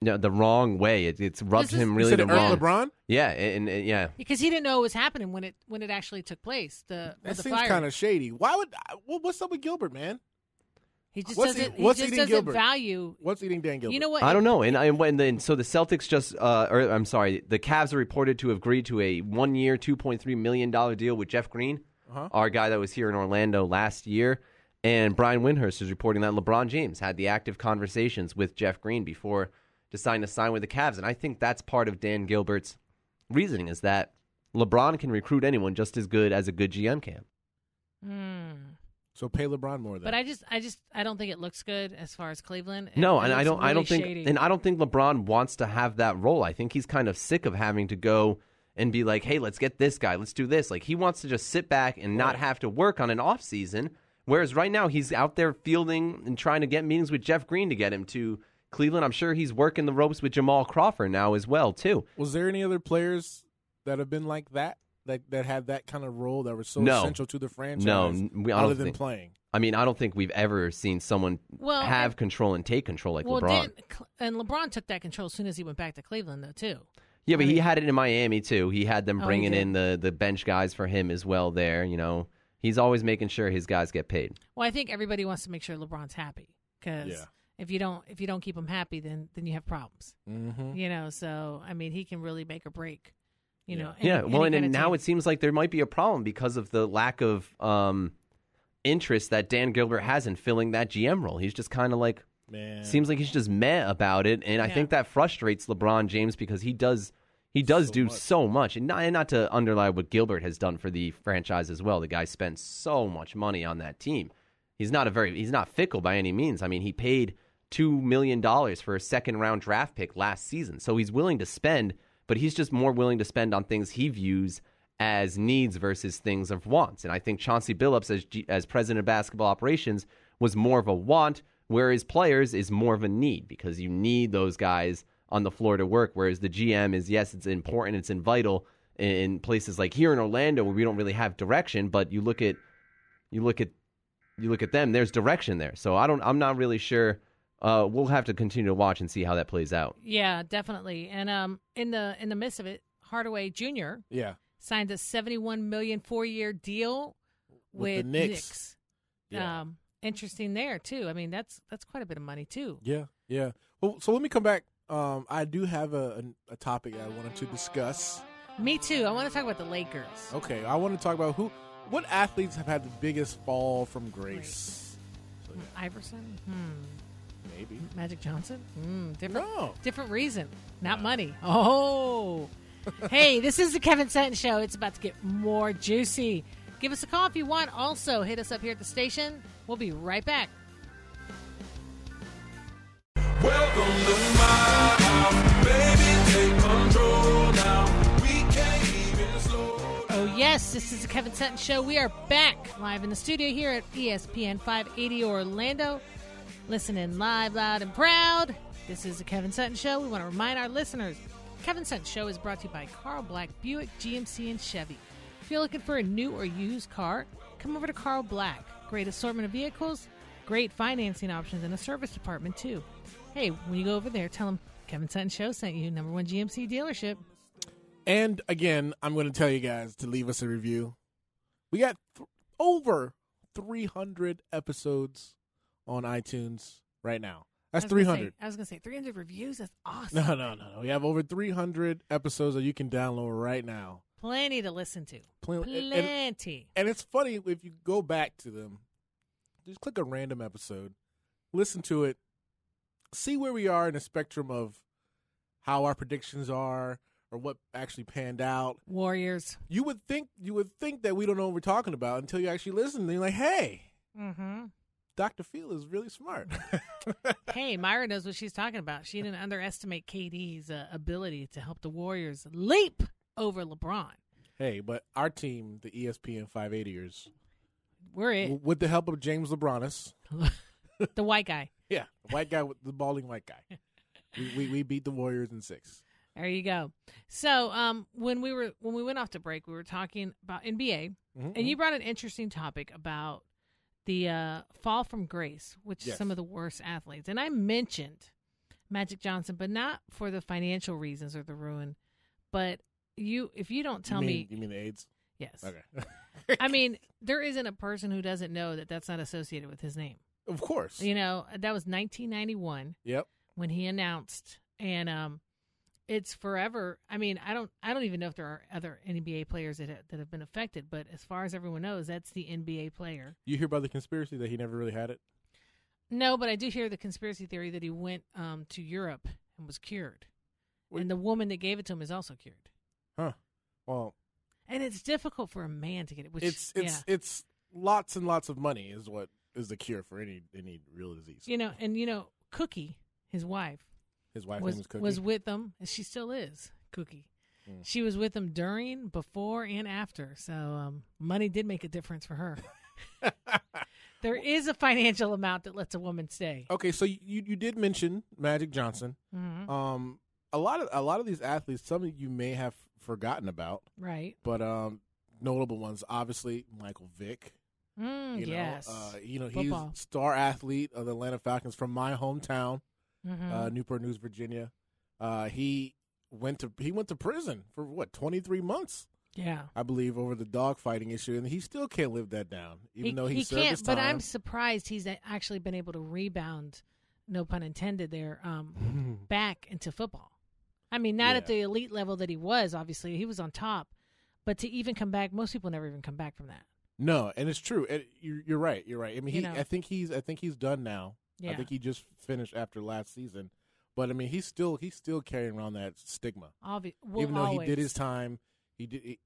Speaker 6: you know, the wrong way. It, it's rubbed
Speaker 4: This is-
Speaker 6: him
Speaker 4: You
Speaker 5: You
Speaker 6: really
Speaker 5: said
Speaker 6: the
Speaker 5: it
Speaker 6: wrong.
Speaker 5: irked LeBron.
Speaker 6: Yeah, and, and- yeah,
Speaker 4: Because he didn't know what was happening when it when it actually took place. The with
Speaker 5: That
Speaker 4: the
Speaker 5: seems
Speaker 4: fire.
Speaker 5: kind of shady. Why would I- what- what's up with Gilbert, man?
Speaker 4: He just
Speaker 5: What's
Speaker 4: doesn't.
Speaker 5: he-
Speaker 4: He,
Speaker 5: what's
Speaker 4: just
Speaker 5: eating
Speaker 4: doesn't
Speaker 5: Gilbert?
Speaker 4: value.
Speaker 5: What's eating Dan Gilbert?
Speaker 4: You know what?
Speaker 6: I don't know. And, and when then so the Celtics just uh, or I'm sorry, the Cavs are reported to have agreed to a one year, two point three million dollar deal with Jeff Green, our guy that was here in Orlando last year. And Brian Windhurst is reporting that LeBron James had the active conversations with Jeff Green before deciding to sign with the Cavs. And I think that's part of Dan Gilbert's reasoning is that LeBron can recruit anyone just as good as a good GM can.
Speaker 4: Mm.
Speaker 5: so pay LeBron more. Then.
Speaker 4: But I just, I just, I don't think it looks good as far as Cleveland. It-
Speaker 6: No,
Speaker 4: it
Speaker 6: and I
Speaker 4: looks
Speaker 6: don't. I
Speaker 4: really
Speaker 6: don't think,
Speaker 4: shady.
Speaker 6: and I don't think LeBron wants to have that role. I think he's kind of sick of having to go and be like, "Hey, let's get this guy. Let's do this." Like he wants to just sit back and not have to work on an off season. Whereas right now he's out there fielding and trying to get meetings with Jeff Green to get him to Cleveland. I'm sure he's working the ropes with Jamal Crawford now as well too.
Speaker 5: Was there any other players that have been like that? That, that had that kind of role that were so
Speaker 6: No.
Speaker 5: essential to the franchise
Speaker 6: n- we- I don't
Speaker 5: other than
Speaker 6: think-
Speaker 5: playing.
Speaker 6: I mean, I don't think we've ever seen someone
Speaker 4: Well,
Speaker 6: have
Speaker 4: and-
Speaker 6: control and take control like
Speaker 4: well,
Speaker 6: LeBron.
Speaker 4: didn't Cle- and LeBron took that control as soon as he went back to Cleveland, though, too.
Speaker 6: Yeah, but
Speaker 4: I
Speaker 6: he
Speaker 4: mean-
Speaker 6: had it in Miami too. He had them
Speaker 4: Oh, he
Speaker 6: bringing
Speaker 4: did.
Speaker 6: in the the bench guys for him as well. There, you know, he's always making sure his guys get paid.
Speaker 4: Well, I think everybody wants to make sure LeBron's happy because
Speaker 5: Yeah.
Speaker 4: if you don't, if you don't keep him happy, then then you have problems.
Speaker 5: Mm-hmm.
Speaker 4: You know, so I mean, he can really make or break. You know,
Speaker 6: yeah,
Speaker 4: any-
Speaker 6: well, and,
Speaker 4: any kind
Speaker 6: and
Speaker 4: of
Speaker 6: now
Speaker 4: team.
Speaker 6: it seems like there might be a problem because of the lack of um, interest that Dan Gilbert has in filling that GM role. He's just kind of like
Speaker 5: Man,
Speaker 6: seems like he's just meh about it, and I
Speaker 4: Yeah.
Speaker 6: think that frustrates LeBron James because he does he does
Speaker 5: So
Speaker 6: do
Speaker 5: much.
Speaker 6: so much, and not, and not to underline what Gilbert has done for the franchise as well. The guy spent so much money on that team. He's not a very he's not fickle by any means. I mean, he paid two million dollars for a second round draft pick last season, so he's willing to spend, but he's just more willing to spend on things he views as needs versus things of wants. And I think Chauncey Billups, as G- as president of basketball operations, was more of a want, whereas players is more of a need because you need those guys on the floor to work. Whereas the GM is yes, it's important, it's in vital in- in places like here in Orlando where we don't really have direction, but you look at you look at you look at them. There's direction there. So I don't. I'm not really sure. Uh, we'll have to continue to watch and see how that plays out.
Speaker 4: yeah, definitely. And um, in the in the midst of it, Hardaway Jr.
Speaker 5: yeah,
Speaker 4: signed a seventy-one million four-year deal
Speaker 5: With
Speaker 4: with,
Speaker 5: the Knicks.
Speaker 4: Knicks.
Speaker 5: Yeah.
Speaker 4: Um, interesting there too. I mean, that's that's quite a bit of money too.
Speaker 5: yeah, yeah. Well, so let me come back. Um, I do have a, a, a topic I wanted to discuss.
Speaker 4: Me too. I want to talk about the Lakers.
Speaker 5: Okay, I want to talk about who, what athletes have had the biggest fall from grace.
Speaker 4: Iverson, hmm.
Speaker 5: Maybe.
Speaker 4: Magic Johnson, hmm. Different,
Speaker 5: No.
Speaker 4: different reason. Not money. Oh, hey, this is the Kevin Sutton Show. It's about to get more juicy. Give us a call if you want. Also, hit us up here at the station. We'll be right back.
Speaker 2: Welcome to my house. Baby, take control now. We can't even slow
Speaker 4: Oh, yes, this is the Kevin Sutton Show. We are back live in the studio here at E ESPN 580 Orlando. Listening live, loud, and proud. This is the Kevin Sutton Show. We want to remind our listeners Kevin Sutton Show is brought to you by Carl Black, Buick, GMC, and Chevy. If you're looking for a new or used car, come over to Carl Black. Great assortment of vehicles, great financing options, and a service department, too. Hey, when you go over there, tell them Kevin Sutton Show sent you, number one GMC dealership.
Speaker 5: And again, I'm going to tell you guys to leave us a review. We got th- over 300 episodes on iTunes right now.
Speaker 4: I
Speaker 5: That's
Speaker 4: was gonna say-
Speaker 5: 300.
Speaker 4: I was going to say 300 reviews. That's awesome.
Speaker 5: [LAUGHS] No, no, no, no. We have over 300 episodes that you can download right now.
Speaker 4: Plenty to listen to.
Speaker 5: Plen- and- and-
Speaker 4: Plenty.
Speaker 5: And it's funny if you go back to them, just click a random episode, listen to it, see where we are in the spectrum of how our predictions are or what actually panned out.
Speaker 4: Warriors.
Speaker 5: You would think you would think that we don't know what we're talking about until you actually listen. And you're like, hey,
Speaker 4: Mm-hmm.
Speaker 5: Dr. Phil is
Speaker 4: [LAUGHS]
Speaker 5: really smart.
Speaker 4: hey, Myra knows what she's talking about. She didn't underestimate KD's uh, ability to help the Warriors leap over LeBron.
Speaker 5: hey, but our team, the E ESPN 580ers,
Speaker 4: We're
Speaker 5: w-
Speaker 4: it.
Speaker 5: with the help of James LeBronis,
Speaker 4: the white guy.
Speaker 5: yeah, the white guy with the balding
Speaker 4: [LAUGHS]
Speaker 5: white guy, we, we, we beat the Warriors in six.
Speaker 4: There you go. So, um, when we were when we went off to break, we were talking about NBA,
Speaker 5: Mm-hmm.
Speaker 4: and you brought an interesting topic about the uh, fall from grace, which
Speaker 5: Yes.
Speaker 4: is some of the worst athletes. And I mentioned Magic Johnson, but not for the financial reasons or the ruin. But you, if you don't tell
Speaker 5: you mean,
Speaker 4: me,
Speaker 5: You mean the AIDS?
Speaker 4: yes,
Speaker 5: Okay. [LAUGHS]
Speaker 4: I mean there isn't a person who doesn't know that that's not associated with his name.
Speaker 5: Of course.
Speaker 4: You know, that was 1991
Speaker 5: Yep.
Speaker 4: when he announced, and um, it's forever. I mean, I don't, I don't even know if there are other NBA players that ha- that have been affected, but as far as everyone knows, that's the NBA player.
Speaker 5: You hear about the conspiracy that he never really had it?
Speaker 4: No, but I do hear the conspiracy theory that he went um, to Europe and was cured,
Speaker 5: Wait.
Speaker 4: and the woman that gave it to him is also cured.
Speaker 5: Huh. Well,
Speaker 4: And it's difficult for a man to get it. Which
Speaker 5: it's
Speaker 4: yeah.
Speaker 5: it's it's lots and lots of money is what is the cure for any any real disease.
Speaker 4: you know, and you know, Cookie, his wife,
Speaker 5: His wife
Speaker 4: was
Speaker 5: name is Cookie. Hmm.
Speaker 4: was with them, and she still is Cookie. She was with them during, before, and after. So um, money did make a difference for
Speaker 5: [LAUGHS]
Speaker 4: her. there is a financial amount that lets a woman stay.
Speaker 5: okay, so you you did mention Magic Johnson.
Speaker 4: Mhm.
Speaker 5: Um, a lot of a lot of these athletes, some of you may have forgotten about,
Speaker 4: Right?
Speaker 5: but um, notable ones obviously Michael Vick.
Speaker 4: Mm,
Speaker 5: You know,
Speaker 4: yes.
Speaker 5: uh, you know
Speaker 4: Football.
Speaker 5: he's star athlete of the Atlanta Falcons from my hometown,
Speaker 4: Mhm.
Speaker 5: uh, Newport News, Virginia. Uh, he went to he went to prison for what twenty three months,
Speaker 4: yeah.
Speaker 5: I believe, over the dog fighting issue, and he still can't live that down, even though he, served
Speaker 4: can't.
Speaker 5: his time.
Speaker 4: But I'm surprised he's a- actually been able to rebound. No pun intended. There,
Speaker 5: [LAUGHS]
Speaker 4: um, back into football. I mean, not at
Speaker 5: Yeah.
Speaker 4: the elite level that he was. Obviously, he was on top. But to even come back, most people never even come back from that. No,
Speaker 5: No, and it's true. And you're, you're right. You're right. I mean,
Speaker 4: You
Speaker 5: he,
Speaker 4: know.
Speaker 5: I think he's I think he's done now.
Speaker 4: Yeah.
Speaker 5: I think he just finished after last season, but I mean, he's still he's still carrying around that stigma,
Speaker 4: Obvi- will
Speaker 5: even though he
Speaker 4: always.
Speaker 5: did his time. He did. He,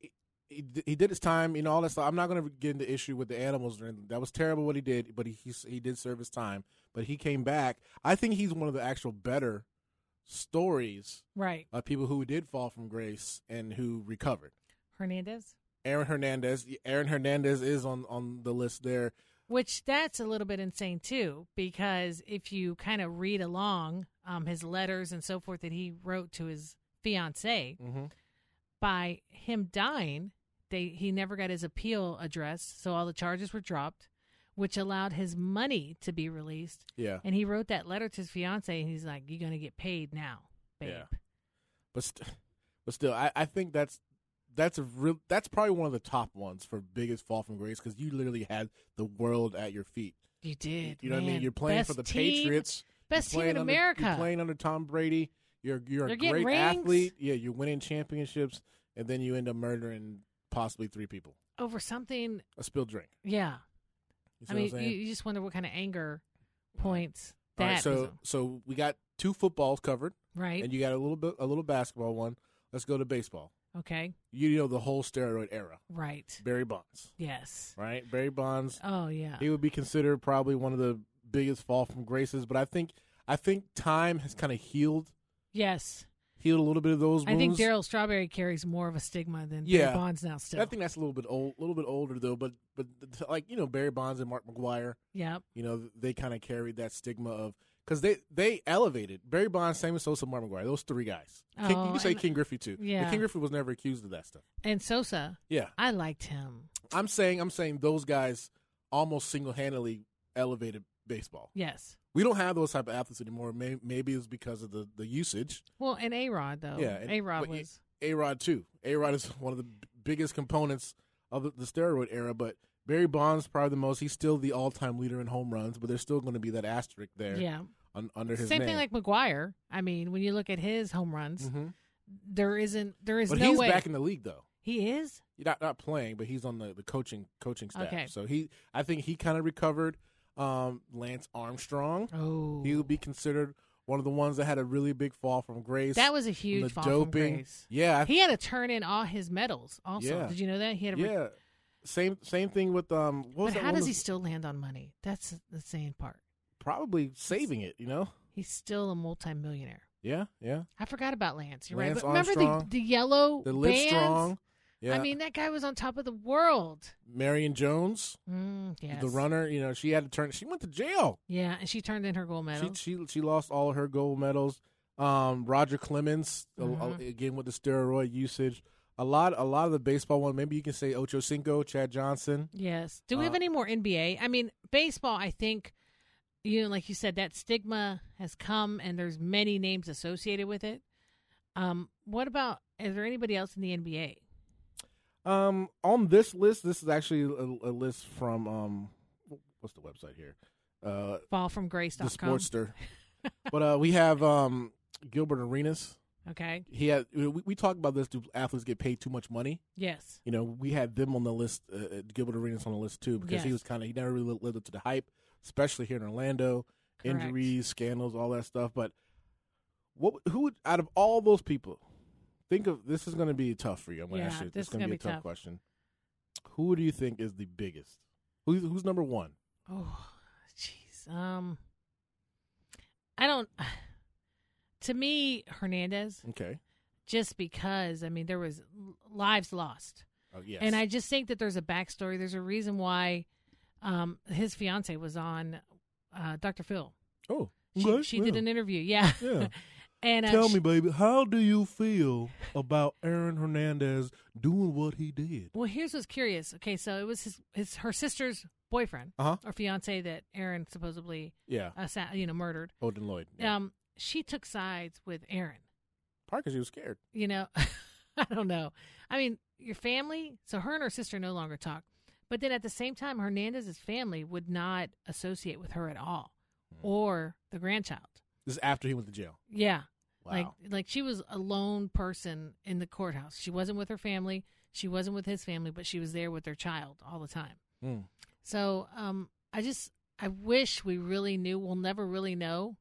Speaker 5: he, he did his time, you know all that stuff. I'm not going to get into issue with the animals. or anything. That was terrible what he did, but he, he he did serve his time. But he came back. I think he's one of the actual better stories
Speaker 4: right.
Speaker 5: of people who did fall from grace and who recovered.
Speaker 4: Hernandez,
Speaker 5: Aaron Hernandez. Aaron Hernandez is on on the list there.
Speaker 4: which that's a little bit insane too, because if you kind of read along um, his letters and so forth that he wrote to his fiancee,
Speaker 5: Mm-hmm.
Speaker 4: by him dying, they he never got his appeal addressed, so all the charges were dropped, which allowed his money to be released.
Speaker 5: Yeah.
Speaker 4: And he wrote that letter to his fiance, and he's like, "You're gonna get paid now, babe."
Speaker 5: Yeah. but st- but still, I, I think that's that's a real that's probably one of the top ones for biggest fall from grace because you literally had the world at your feet.
Speaker 4: You did.
Speaker 5: You know what I mean?
Speaker 4: man.
Speaker 5: You're playing for
Speaker 4: Best
Speaker 5: the
Speaker 4: team-
Speaker 5: Patriots, you're
Speaker 4: best team
Speaker 5: playing
Speaker 4: in
Speaker 5: under-
Speaker 4: America.
Speaker 5: You're playing under Tom Brady. You're you're,
Speaker 4: You're
Speaker 5: a
Speaker 4: getting
Speaker 5: great
Speaker 4: rings.
Speaker 5: athlete. Yeah, you're winning championships, and then you end up murdering possibly three people.
Speaker 4: over something.
Speaker 5: A spilled drink.
Speaker 4: Yeah,
Speaker 5: You see
Speaker 4: I mean,
Speaker 5: what I'm
Speaker 4: you,
Speaker 5: saying?
Speaker 4: you just wonder what kind of anger points
Speaker 5: All
Speaker 4: that
Speaker 5: right,
Speaker 4: is
Speaker 5: so so we got two footballs covered,
Speaker 4: right?
Speaker 5: and you got a little bit a little basketball one. Let's go to baseball.
Speaker 4: okay,
Speaker 5: You know the whole steroid era.
Speaker 4: right?
Speaker 5: Barry Bonds,
Speaker 4: Yes.
Speaker 5: right? Barry Bonds.
Speaker 4: Oh yeah.
Speaker 5: he would be considered probably one of the biggest fall from graces. But I think I think time has kind of healed
Speaker 4: yes.
Speaker 5: healed a little bit of those
Speaker 4: I think
Speaker 5: wounds.
Speaker 4: Daryl Strawberry carries more of a stigma than Barry
Speaker 5: Yeah.
Speaker 4: Bonds now. Still,
Speaker 5: I think that's a little bit old, a little bit older though. But but th- like you know Barry Bonds and Mark McGuire,
Speaker 4: Yep.
Speaker 5: you know they kind of carried that stigma of because they they elevated Barry Bonds, Sammy Sosa, Mark McGuire, those three guys. King, you
Speaker 4: Oh,
Speaker 5: can say
Speaker 4: and-
Speaker 5: King Griffey too.
Speaker 4: yeah.
Speaker 5: but King Griffey was never accused of that stuff.
Speaker 4: And Sosa,
Speaker 5: Yeah,
Speaker 4: I liked him.
Speaker 5: I'm saying I'm saying those guys almost single handedly elevated baseball.
Speaker 4: Yes.
Speaker 5: We don't have those type of athletes anymore. May Maybe it's because of the, the usage.
Speaker 4: Well, and A Rod though.
Speaker 5: Yeah, and-
Speaker 4: A Rod
Speaker 5: but you-
Speaker 4: was.
Speaker 5: A Rod too. A Rod is [LAUGHS] one of the b- biggest components of the, the steroid era, but Barry Bonds probably the most. He's still the all time leader in home runs, but there's still going to be that asterisk there.
Speaker 4: yeah.
Speaker 5: un- under his
Speaker 4: Same
Speaker 5: name.
Speaker 4: thing like McGuire. I mean, when you look at his home runs,
Speaker 5: Mhm.
Speaker 4: there isn't there is
Speaker 5: but
Speaker 4: no
Speaker 5: he's
Speaker 4: way
Speaker 5: back in the league though.
Speaker 4: he is.
Speaker 5: You're not not playing, but he's on the, the coaching coaching staff.
Speaker 4: Okay.
Speaker 5: So he, I think he kind of recovered. Um, Lance Armstrong,
Speaker 4: Oh,
Speaker 5: he would be considered one of the ones that had a really big fall from grace.
Speaker 4: that was a
Speaker 5: from
Speaker 4: huge
Speaker 5: the
Speaker 4: fall from
Speaker 5: doping.
Speaker 4: grace.
Speaker 5: Yeah, I
Speaker 4: He had to turn in all his medals. Also,
Speaker 5: Yeah.
Speaker 4: did you know that he had? To re-
Speaker 5: yeah. Same same thing with um. What
Speaker 4: But
Speaker 5: was that
Speaker 4: how
Speaker 5: one
Speaker 4: does
Speaker 5: with-
Speaker 4: he still land on money? That's the same part.
Speaker 5: probably saving it? You know.
Speaker 4: He's still a multimillionaire.
Speaker 5: Yeah, yeah.
Speaker 4: I forgot about Lance. You're
Speaker 5: Lance
Speaker 4: right. But remember
Speaker 5: Armstrong,
Speaker 4: the the yellow
Speaker 5: The live
Speaker 4: bands?
Speaker 5: strong. Yeah.
Speaker 4: I mean, that guy was on top of the world.
Speaker 5: Marion Jones,
Speaker 4: Mm, yes.
Speaker 5: the runner. You know, she had to turn. She went to jail.
Speaker 4: Yeah, and she turned in her gold medal.
Speaker 5: She she she lost all of her gold medals. Um, Roger Clemens a- a-
Speaker 4: Mhm.
Speaker 5: again with the steroid usage. A lot a lot of the baseball one. Maybe you can say Ocho Cinco, Chad Johnson.
Speaker 4: yes. Do we have
Speaker 5: Uh,
Speaker 4: any more NBA? I mean, baseball. I think you know, like you said, that stigma has come, and there's many names associated with it. Um, what about? Is there anybody else in the NBA?
Speaker 5: Um, on this list, this is actually a, a list from um, what's the website here? uh,
Speaker 4: Fall from grace.
Speaker 5: the sportster. but uh, we have um, Gilbert Arenas.
Speaker 4: Okay.
Speaker 5: He had we, we talk about this. Do athletes get paid too much money?
Speaker 4: Yes.
Speaker 5: You know, we had them on the list. Uh, uh, Gilbert Arenas on the list too because he
Speaker 4: Yes.
Speaker 5: was kind of he never really lived up to the hype, especially here in Orlando.
Speaker 4: Correct.
Speaker 5: Injuries, scandals, all that stuff. But what? Who would out of all those people? Think of this is going to be tough for you. I'm going to
Speaker 4: Yeah,
Speaker 5: ask you.
Speaker 4: this
Speaker 5: is going to
Speaker 4: is gonna
Speaker 5: be a
Speaker 4: be
Speaker 5: tough,
Speaker 4: tough.
Speaker 5: question. Who do you think is the biggest? Who's who's number one?
Speaker 4: Oh, jeez. Um, I don't. [SIGHS] To me, Hernandez,
Speaker 5: Okay.
Speaker 4: just because I mean there was l- lives lost,
Speaker 5: Oh, yes.
Speaker 4: and I just think that there's a backstory. There's a reason why um, his fiance was on uh, Dr. Phil.
Speaker 5: oh
Speaker 4: She,
Speaker 5: okay,
Speaker 4: she
Speaker 5: yeah.
Speaker 4: did an interview. Yeah.
Speaker 5: Yeah.
Speaker 4: [LAUGHS] and uh,
Speaker 5: Tell
Speaker 4: she-
Speaker 5: me, baby, how do you feel about Aaron Hernandez doing what he did?
Speaker 4: Well, here's what's curious. Okay, so it was his, his her sister's boyfriend
Speaker 5: Uh huh.
Speaker 4: or fiance that Aaron supposedly
Speaker 5: Yeah,
Speaker 4: assa- you know murdered.
Speaker 5: Odin Lloyd.
Speaker 4: Um, she took sides with Aaron.
Speaker 5: Probably because he was scared.
Speaker 4: you know [LAUGHS] i don't know i mean your family so her and her sister no longer talk but then at the same time hernandez's family would not associate with her at all or the grandchild
Speaker 5: This is after he went to jail.
Speaker 4: yeah
Speaker 5: Wow.
Speaker 4: like like she was a lone person in the courthouse she wasn't with her family she wasn't with his family but she was there with their child all the time
Speaker 5: Hmm.
Speaker 4: so um, I just I wish we really knew. We'll never really know,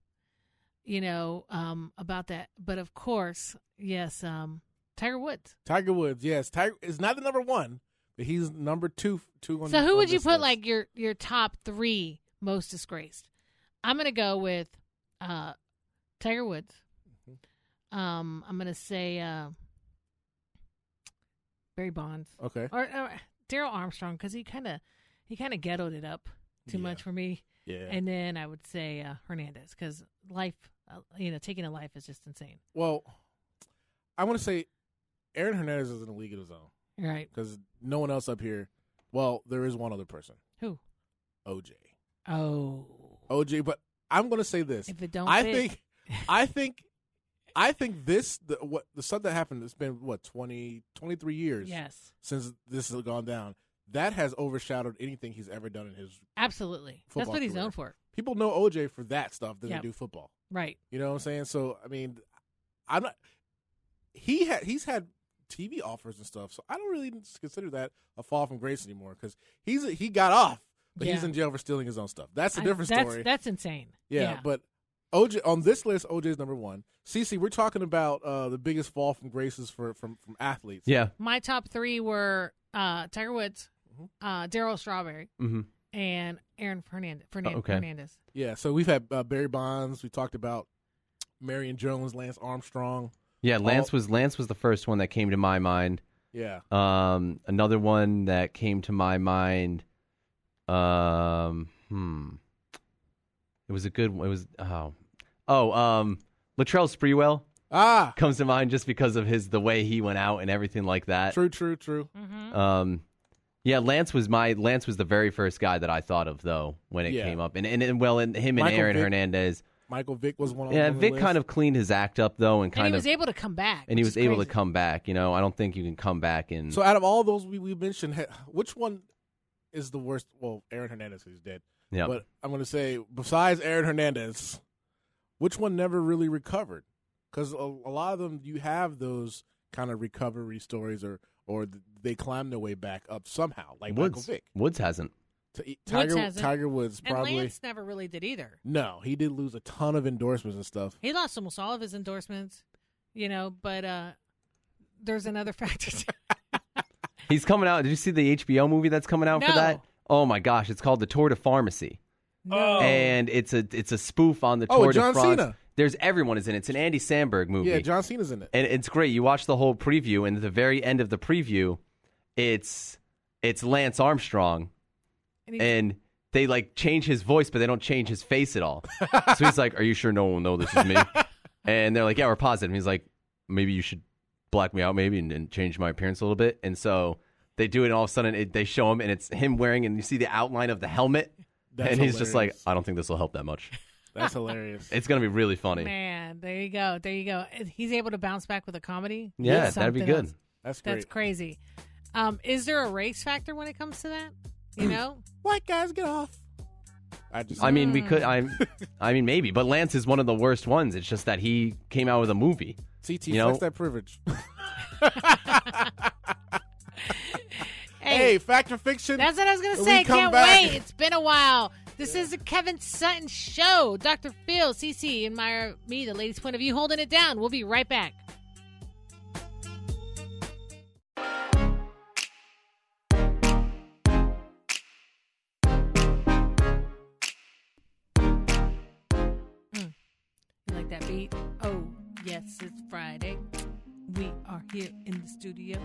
Speaker 4: you know, um, about that. But of course, yes, um, Tiger Woods.
Speaker 5: Tiger Woods. Yes, Tiger is not the number one, but he's number two. Two. On,
Speaker 4: So who
Speaker 5: on
Speaker 4: would you
Speaker 5: this
Speaker 4: put
Speaker 5: list.
Speaker 4: like your your top three most disgraced? I'm gonna go with uh, Tiger Woods.
Speaker 5: Mm-hmm.
Speaker 4: Um, I'm gonna say uh, Barry Bonds
Speaker 5: Oh, Okay.
Speaker 4: or, or Daryl Armstrong because he kind of he kind of ghettoed it up too
Speaker 5: Yeah.
Speaker 4: much for me.
Speaker 5: Yeah.
Speaker 4: And then I would say uh, Hernandez because life, uh, you know, taking a life is just insane.
Speaker 5: well, I want to say Aaron Hernandez is in a league of his own
Speaker 4: Right?
Speaker 5: because no one else up here. Well, there is one other person,
Speaker 4: Who?
Speaker 5: OJ.
Speaker 4: Oh,
Speaker 5: OJ, but I'm going to say this.
Speaker 4: if it don't,
Speaker 5: I
Speaker 4: fit- [LAUGHS]
Speaker 5: think, I think, I think this the, what the stuff that happened. It's been what 20, 23 years
Speaker 4: yes,
Speaker 5: since this has gone down. That has overshadowed anything he's ever done in his.
Speaker 4: absolutely. That's
Speaker 5: Football
Speaker 4: what he's
Speaker 5: career.
Speaker 4: known for.
Speaker 5: People know OJ for that stuff than
Speaker 4: Yep.
Speaker 5: they do football.
Speaker 4: Right?
Speaker 5: You know what I'm saying? So I mean, I'm not. He had he's had TV offers and stuff, so I don't really consider that a fall from grace anymore because he's he got off, but he's
Speaker 4: Yeah.
Speaker 5: in jail for stealing his own stuff. That's a
Speaker 4: I-
Speaker 5: different
Speaker 4: that's,
Speaker 5: story.
Speaker 4: That's insane.
Speaker 5: Yeah, but OJ on this list, OJ's number one. CC, we're talking about uh, the biggest fall from graces for from from athletes.
Speaker 6: Yeah.
Speaker 4: my top three were uh, Tiger Woods,
Speaker 5: Mm-hmm.
Speaker 4: uh, Daryl Strawberry,
Speaker 6: Mm-hmm.
Speaker 4: and Aaron Fernandez.
Speaker 5: Oh,
Speaker 4: Fernandez.
Speaker 6: okay.
Speaker 4: Hernandez.
Speaker 5: Yeah, so we've had uh, Barry Bonds. We talked about Marion Jones, Lance Armstrong.
Speaker 6: Yeah. Lance was Lance was the first one that came to my mind.
Speaker 5: Yeah,
Speaker 6: Um, another one that came to my mind. Um, hmm. It was a good one. It was oh, oh. Um, Latrell Sprewell
Speaker 5: ah,
Speaker 6: comes to mind just because of his the way he went out and everything like that.
Speaker 5: true, true, true.
Speaker 4: Mm-hmm.
Speaker 6: Um, yeah, Lance was my Lance was the very first guy that I thought of though when it
Speaker 5: Yeah.
Speaker 6: came up, and and, and well, and him and
Speaker 5: Michael
Speaker 6: Aaron
Speaker 5: Vick.
Speaker 6: Hernandez.
Speaker 5: Michael Vick was one. on-
Speaker 6: Yeah,
Speaker 5: on the
Speaker 6: Vic
Speaker 5: list.
Speaker 6: kind of cleaned his act up though, and
Speaker 4: And
Speaker 6: kind
Speaker 4: he
Speaker 6: of
Speaker 4: was able to come back,
Speaker 6: and he
Speaker 4: which
Speaker 6: was
Speaker 4: is
Speaker 6: able to
Speaker 4: crazy.
Speaker 6: come back. You know, I don't think you can come back and
Speaker 5: So out of all those we we mentioned, ha- which one is the worst? Well, Aaron Hernandez, he's dead.
Speaker 6: yeah.
Speaker 5: But I'm going to say, besides Aaron Hernandez, which one never really recovered? Because a, a lot of them, you have those kind of recovery stories, or or th- they climb their way back up somehow, like Michael
Speaker 6: Woods
Speaker 5: Vick.
Speaker 6: Woods hasn't.
Speaker 5: T- Tiger
Speaker 4: hasn't.
Speaker 5: Tiger Woods
Speaker 4: And
Speaker 5: probably
Speaker 4: Lance never really did either.
Speaker 5: no, he did lose a ton of endorsements and stuff.
Speaker 4: He lost almost all of his endorsements, you know, but uh there's another [LAUGHS] factor. too.
Speaker 6: He's coming out. Did you see the HBO movie that's coming out
Speaker 4: No.
Speaker 6: for that? Oh my gosh, it's called The Tour de Pharmacy. Oh.
Speaker 4: no.
Speaker 6: And it's a it's a spoof on the
Speaker 5: Oh,
Speaker 6: Tour
Speaker 5: John
Speaker 6: de France.
Speaker 5: Cena.
Speaker 6: There's everyone is in it. It's an Andy Samberg movie.
Speaker 5: Yeah, John Cena's in it.
Speaker 6: and it's great. You watch the whole preview, and at the very end of the preview, it's it's Lance Armstrong,
Speaker 4: And he's-
Speaker 6: and they like change his voice, but they don't change his face at all. so he's like, "Are you sure no one will know this is me?" and they're like, "Yeah, we're positive." And he's like, "Maybe you should black me out, maybe, and, and change my appearance a little bit." And so they do it, and all of a sudden it, they show him, and it's him wearing, and you see the outline of the helmet,
Speaker 5: That's
Speaker 6: and he's just like,
Speaker 5: hilarious.
Speaker 6: "I don't think this will help that much." [LAUGHS]
Speaker 5: That's hilarious.
Speaker 6: It's gonna be really funny.
Speaker 4: man, there you go, there you go. He's able to bounce back with a comedy.
Speaker 6: Yeah,
Speaker 4: It's
Speaker 6: that'd be
Speaker 4: something
Speaker 6: good.
Speaker 4: else.
Speaker 5: That's great.
Speaker 4: That's crazy.
Speaker 6: [CLEARS THROAT]
Speaker 4: Um, is there a race factor when it comes to that? You know,
Speaker 5: White guys get off. I just
Speaker 6: I
Speaker 5: [LAUGHS]
Speaker 6: mean, we could. I, I mean, maybe. But Lance is one of the worst ones. It's just that he came out with a movie.
Speaker 5: CT
Speaker 6: you
Speaker 5: flex
Speaker 6: know-
Speaker 5: that privilege.
Speaker 4: Hey,
Speaker 5: hey, fact or fiction?
Speaker 4: that's what I was gonna
Speaker 5: when
Speaker 4: say.
Speaker 5: we
Speaker 4: I
Speaker 5: come
Speaker 4: can't
Speaker 5: back-
Speaker 4: wait. It's been a while. This is the Kevin Sutton Show. Dr. Phil, CC, and Myra, me, the ladies' point of view, holding it down. We'll be right back. Mm. You like that beat? Oh, yes, it's Friday. We are here in the studio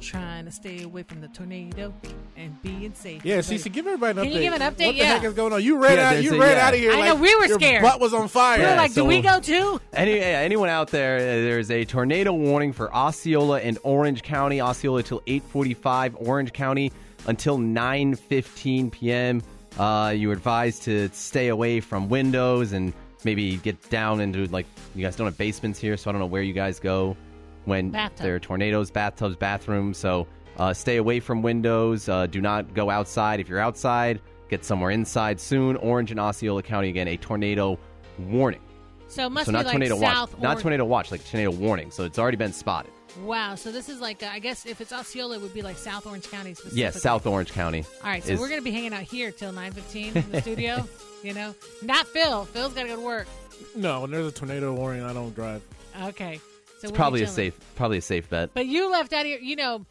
Speaker 4: trying to stay away from the tornado and being safe.
Speaker 5: Yeah,
Speaker 4: Everybody-
Speaker 5: Cece, give everybody an update.
Speaker 4: Can you give an
Speaker 5: What
Speaker 4: update?
Speaker 5: the
Speaker 4: Yeah.
Speaker 5: heck is going on? You ran
Speaker 6: Yeah,
Speaker 5: out.
Speaker 6: there's
Speaker 5: You
Speaker 6: a-
Speaker 5: ran
Speaker 6: yeah.
Speaker 5: out of here.
Speaker 4: I
Speaker 5: like,
Speaker 4: know, we were
Speaker 5: your
Speaker 4: scared.
Speaker 5: Butt was on fire.
Speaker 4: We were
Speaker 6: Yeah,
Speaker 4: like,
Speaker 6: so-
Speaker 4: do we go too?
Speaker 6: Any [LAUGHS] yeah, anyone out there? uh, There's a tornado warning for Osceola and Orange County. Osceola till 8:45. Orange County until 9:15 p.m. Uh, you were advised to stay away from windows and maybe get down into like you guys don't have basements here, so I don't know where you guys go when
Speaker 4: Bathtub.
Speaker 6: there are tornadoes, bathtubs, bathrooms. So uh, stay away from windows. Uh, do not go outside. If you're outside, get somewhere inside soon. Orange and Osceola County again a tornado warning
Speaker 4: So it must
Speaker 6: so
Speaker 4: be
Speaker 6: not
Speaker 4: like
Speaker 6: tornado watch,
Speaker 4: south.
Speaker 6: not
Speaker 4: or-
Speaker 6: tornado watch, like tornado warning. So it's already been spotted.
Speaker 4: Wow. So this is like uh, I guess if it's Osceola, it would be like South Orange County. Specifically.
Speaker 6: Yeah, South Orange County.
Speaker 4: All right. So
Speaker 6: is-
Speaker 4: we're gonna be hanging out here till nine fifteen in the
Speaker 6: [LAUGHS]
Speaker 4: studio. You know, not Phil. Phil's gotta go to work.
Speaker 5: [LAUGHS] No, when there's a tornado warning, I don't drive.
Speaker 4: Okay. So
Speaker 6: It's probably a
Speaker 4: chilling.
Speaker 6: safe, probably a safe bet.
Speaker 4: But you left out of here. You know,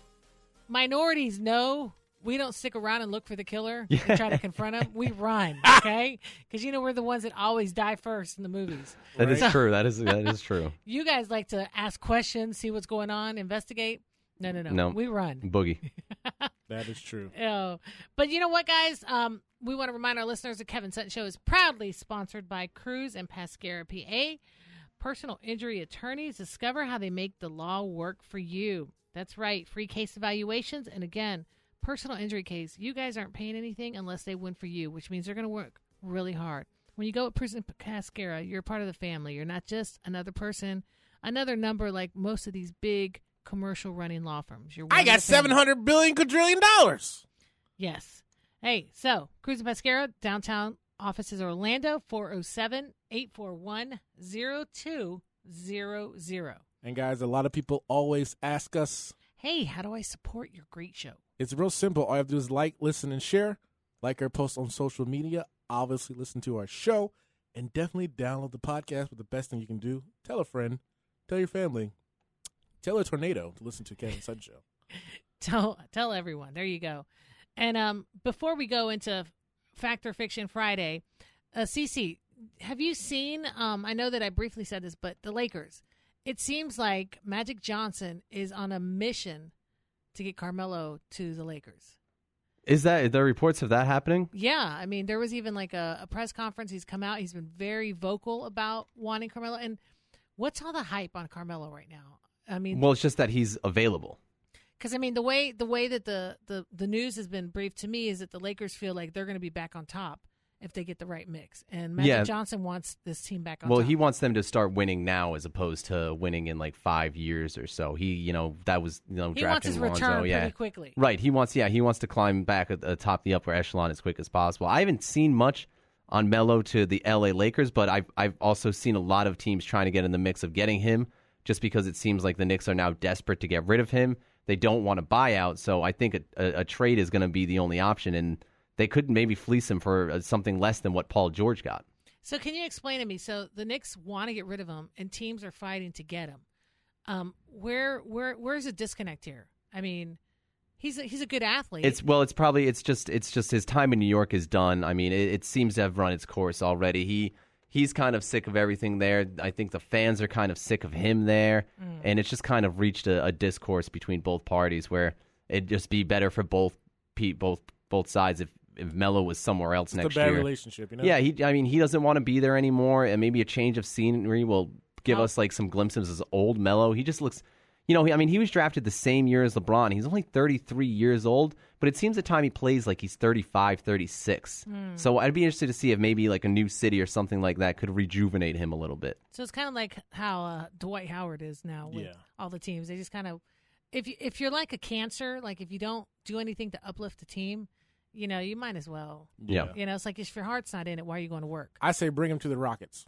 Speaker 4: minorities know we don't stick around and look for the killer and try to confront him. We run. Okay. Because you know we're the ones that always die first in the movies.
Speaker 6: That is
Speaker 5: Right.
Speaker 6: true. That is that
Speaker 4: [LAUGHS]
Speaker 6: is true.
Speaker 4: You guys like to ask questions, see what's going on, investigate. No, no, no.
Speaker 6: No.
Speaker 4: We run.
Speaker 6: Boogie.
Speaker 5: That is true.
Speaker 4: Oh, but you know what, guys? Um, we want to remind our listeners the Kevin Sutton Show is proudly sponsored by Cruz and Pascara PA. Personal injury attorneys discover how they make the law work for you. That's right, free case evaluations. And again, personal injury case, you guys aren't paying anything unless they win for you, which means they're going to work really hard. When you go with Cruz and Pascara, you're part of the family. You're not just another person, another number like most of these big commercial running law firms. You're one
Speaker 5: I
Speaker 4: of the
Speaker 5: got
Speaker 4: family.
Speaker 5: seven hundred billion quadrillion dollars.
Speaker 4: Yes. Hey, so Cruz and Pescara, downtown offices Orlando, 407 841 0200.
Speaker 5: And guys, a lot of people always ask us.
Speaker 4: Hey, how do I support your great show? [LAUGHS]
Speaker 5: It's real simple. All you have to do is like, listen, and share. Like our posts on social media. Obviously, listen to our show, and definitely download the podcast. But the best thing you can do: tell a friend, tell your family, tell a tornado to listen to Kevin Sutton Show.
Speaker 4: Tell tell everyone. There you go. And um, before we go into Fact or Fiction Friday, uh, Cece, have you seen? Um, I know that I briefly said this, but the Lakers. It seems like Magic Johnson is on a mission to get Carmelo to the Lakers.
Speaker 6: Is that? Are there reports of that happening?
Speaker 4: Yeah, I mean, there was even like a, a press conference. He's come out. He's been very vocal about wanting Carmelo. And what's all the hype on Carmelo right now? I mean,
Speaker 6: Well, it's just that he's available.
Speaker 4: because I mean, the way the way that the, the the news has been briefed to me is that the Lakers feel like they're going to be back on top if they get the right mix. And Magic
Speaker 6: Yeah.
Speaker 4: Johnson wants this team back on.
Speaker 6: Well,
Speaker 4: top.
Speaker 6: he wants them to start winning now, as opposed to winning in like five years or so. He, you know, that was you know
Speaker 4: He wants
Speaker 6: drafting
Speaker 4: his
Speaker 6: Lonzo.
Speaker 4: return
Speaker 6: yeah,
Speaker 4: pretty quickly.
Speaker 6: Right. He wants, yeah, he wants to climb back at- atop the upper echelon as quick as possible. I haven't seen much on Melo to the LA Lakers, but I've, I've also seen a lot of teams trying to get in the mix of getting him just because it seems like the Knicks are now desperate to get rid of him. They don't want to buy out. So I think a, a, a trade is going to be the only option. And they could maybe fleece him for uh, something less than what Paul George got.
Speaker 4: So can you explain to me? So the Knicks want to get rid of him, and teams are fighting to get him. Um, where where where's the disconnect here? I mean, he's a, he's a good athlete.
Speaker 6: It's well, it's probably it's just it's just his time in New York is done. I mean, it, it seems to have run its course already. He he's kind of sick of everything there. I think the fans are kind of sick of him there, and it's just kind of reached a, a discourse between both parties where it'd just be better for both pe- both both sides if if Melo was somewhere else
Speaker 5: It's a
Speaker 6: next
Speaker 5: bad
Speaker 6: year.
Speaker 5: relationship, you know.
Speaker 6: Yeah, he. I mean, he doesn't want to be there anymore, and maybe a change of scenery will give
Speaker 4: How-
Speaker 6: us like some glimpses of old Mello. He just looks, you know. He, I mean, he was drafted the same year as LeBron. He's only 33 years old, but it seems the time he plays like he's 35, 36. So I'd be interested to see if maybe like a new city or something like that could rejuvenate him a little bit.
Speaker 4: So it's kind of like how uh, Dwight Howard is now with
Speaker 5: Yeah.
Speaker 4: all the teams. They just kind of if you, if you're like a cancer, like if you don't do anything to uplift the team, you know, you might as well.
Speaker 6: Yeah.
Speaker 4: You know, it's like if your heart's not in it, why are you going to work?
Speaker 5: I say bring him to the Rockets.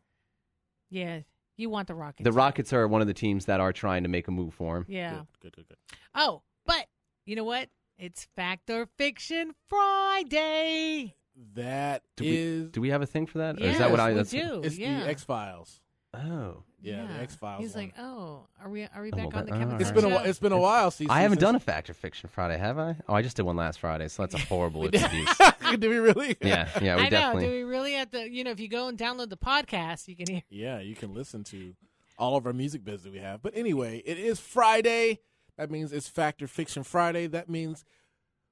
Speaker 4: Yeah, you want the Rockets.
Speaker 6: The Rockets are one of the teams that are trying to make a move for him.
Speaker 4: Yeah.
Speaker 5: Good, good, good.
Speaker 4: Oh, but you know what? It's Fact or Fiction Friday.
Speaker 5: good. That
Speaker 6: Do we-
Speaker 5: is-
Speaker 6: Do we have a thing for that? Or
Speaker 4: yes,
Speaker 6: is that what I?
Speaker 4: we
Speaker 6: that's,
Speaker 4: do.
Speaker 5: it's
Speaker 4: yeah.
Speaker 5: the X Files.
Speaker 6: Oh,
Speaker 5: Yeah, the X-Files
Speaker 4: He's
Speaker 5: one.
Speaker 4: like, oh, are we are we
Speaker 6: Oh,
Speaker 4: back
Speaker 6: well,
Speaker 4: on the
Speaker 6: that-
Speaker 4: Kevin?
Speaker 6: all
Speaker 5: It's
Speaker 6: right.
Speaker 5: been a
Speaker 4: Sorbo
Speaker 5: whi- it's been a while. CC,
Speaker 6: I haven't
Speaker 5: since-
Speaker 6: done a fact or fiction Friday, have I? Oh, I just did one last Friday, so that's a horrible excuse.
Speaker 5: [LAUGHS] Did we really?
Speaker 4: [LAUGHS]
Speaker 6: yeah, yeah, we
Speaker 4: I know.
Speaker 6: definitely.
Speaker 4: Do we really have to? You know, if you go and download the podcast, you can hear.
Speaker 5: Yeah, you can listen to all of our music biz that we have. But anyway, it is Friday. That means it's Factor Fiction Friday. That means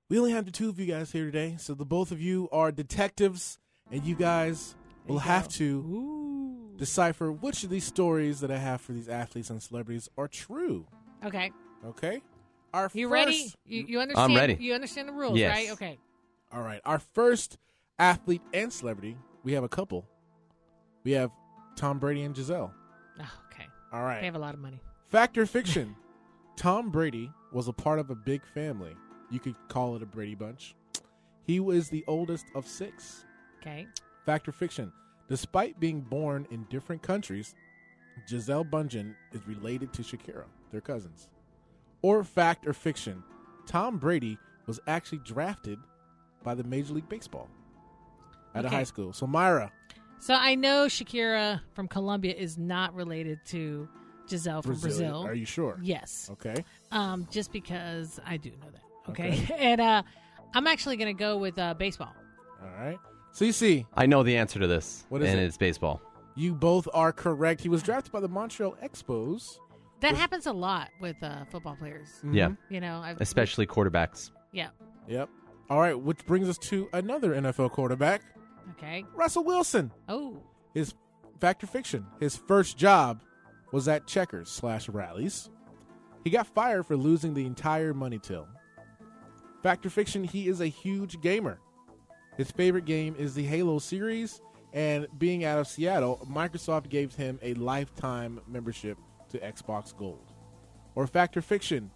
Speaker 5: we only have the two of you guys here today. So the both of you are detectives, and you guys will have to
Speaker 4: Ooh.
Speaker 5: decipher which of these stories that I have for these athletes and celebrities are true.
Speaker 4: Okay.
Speaker 5: Okay? Our
Speaker 4: You
Speaker 5: first,
Speaker 4: ready?
Speaker 5: Mm.
Speaker 4: You, you understand?
Speaker 6: ready.
Speaker 4: You understand the rules,
Speaker 6: Yes.
Speaker 4: right? Okay.
Speaker 5: All right. Our first athlete and celebrity, we have a couple. We have Tom Brady and Giselle.
Speaker 4: Oh, okay.
Speaker 5: All right.
Speaker 4: They have a lot of money.
Speaker 5: Fact or fiction? Tom Brady was a part of a big family. You could call it a Brady Bunch. He was the oldest of six.
Speaker 4: Okay.
Speaker 5: Fact or fiction? Despite being born in different countries, Giselle Bundchen is related to Shakira. They're cousins. Or fact or fiction? Tom Brady was actually drafted by the Major League Baseball out of
Speaker 4: Okay.
Speaker 5: high school. So Myra,
Speaker 4: So I know Shakira from Colombia is not related to Giselle from Brazil.
Speaker 5: Are you sure?
Speaker 4: Yes.
Speaker 5: Okay.
Speaker 4: Um, just because I do know that. Okay. [LAUGHS] and uh, I'm actually gonna go with uh, baseball.
Speaker 5: All right. CC,
Speaker 6: I know the answer to this,
Speaker 5: What is
Speaker 6: and
Speaker 5: it?
Speaker 6: it's baseball.
Speaker 5: You both are correct. He was drafted by the Montreal Expos. Mm-hmm.
Speaker 4: That happens a lot with uh, football players.
Speaker 5: Mm.
Speaker 6: Yeah,
Speaker 4: You know, I've,
Speaker 6: especially quarterbacks.
Speaker 4: yeah.
Speaker 5: Yep. All right, which brings us to another NFL quarterback,
Speaker 4: Okay.
Speaker 5: Russell Wilson.
Speaker 4: Oh,
Speaker 5: His fact or fiction? His first job was at checkers slash rallies. He got fired for losing the entire money till. Fact or fiction? He is a huge gamer. His favorite game is the Halo series, and being out of Seattle, Microsoft gave him a lifetime membership to Xbox Gold. Or fact or fiction?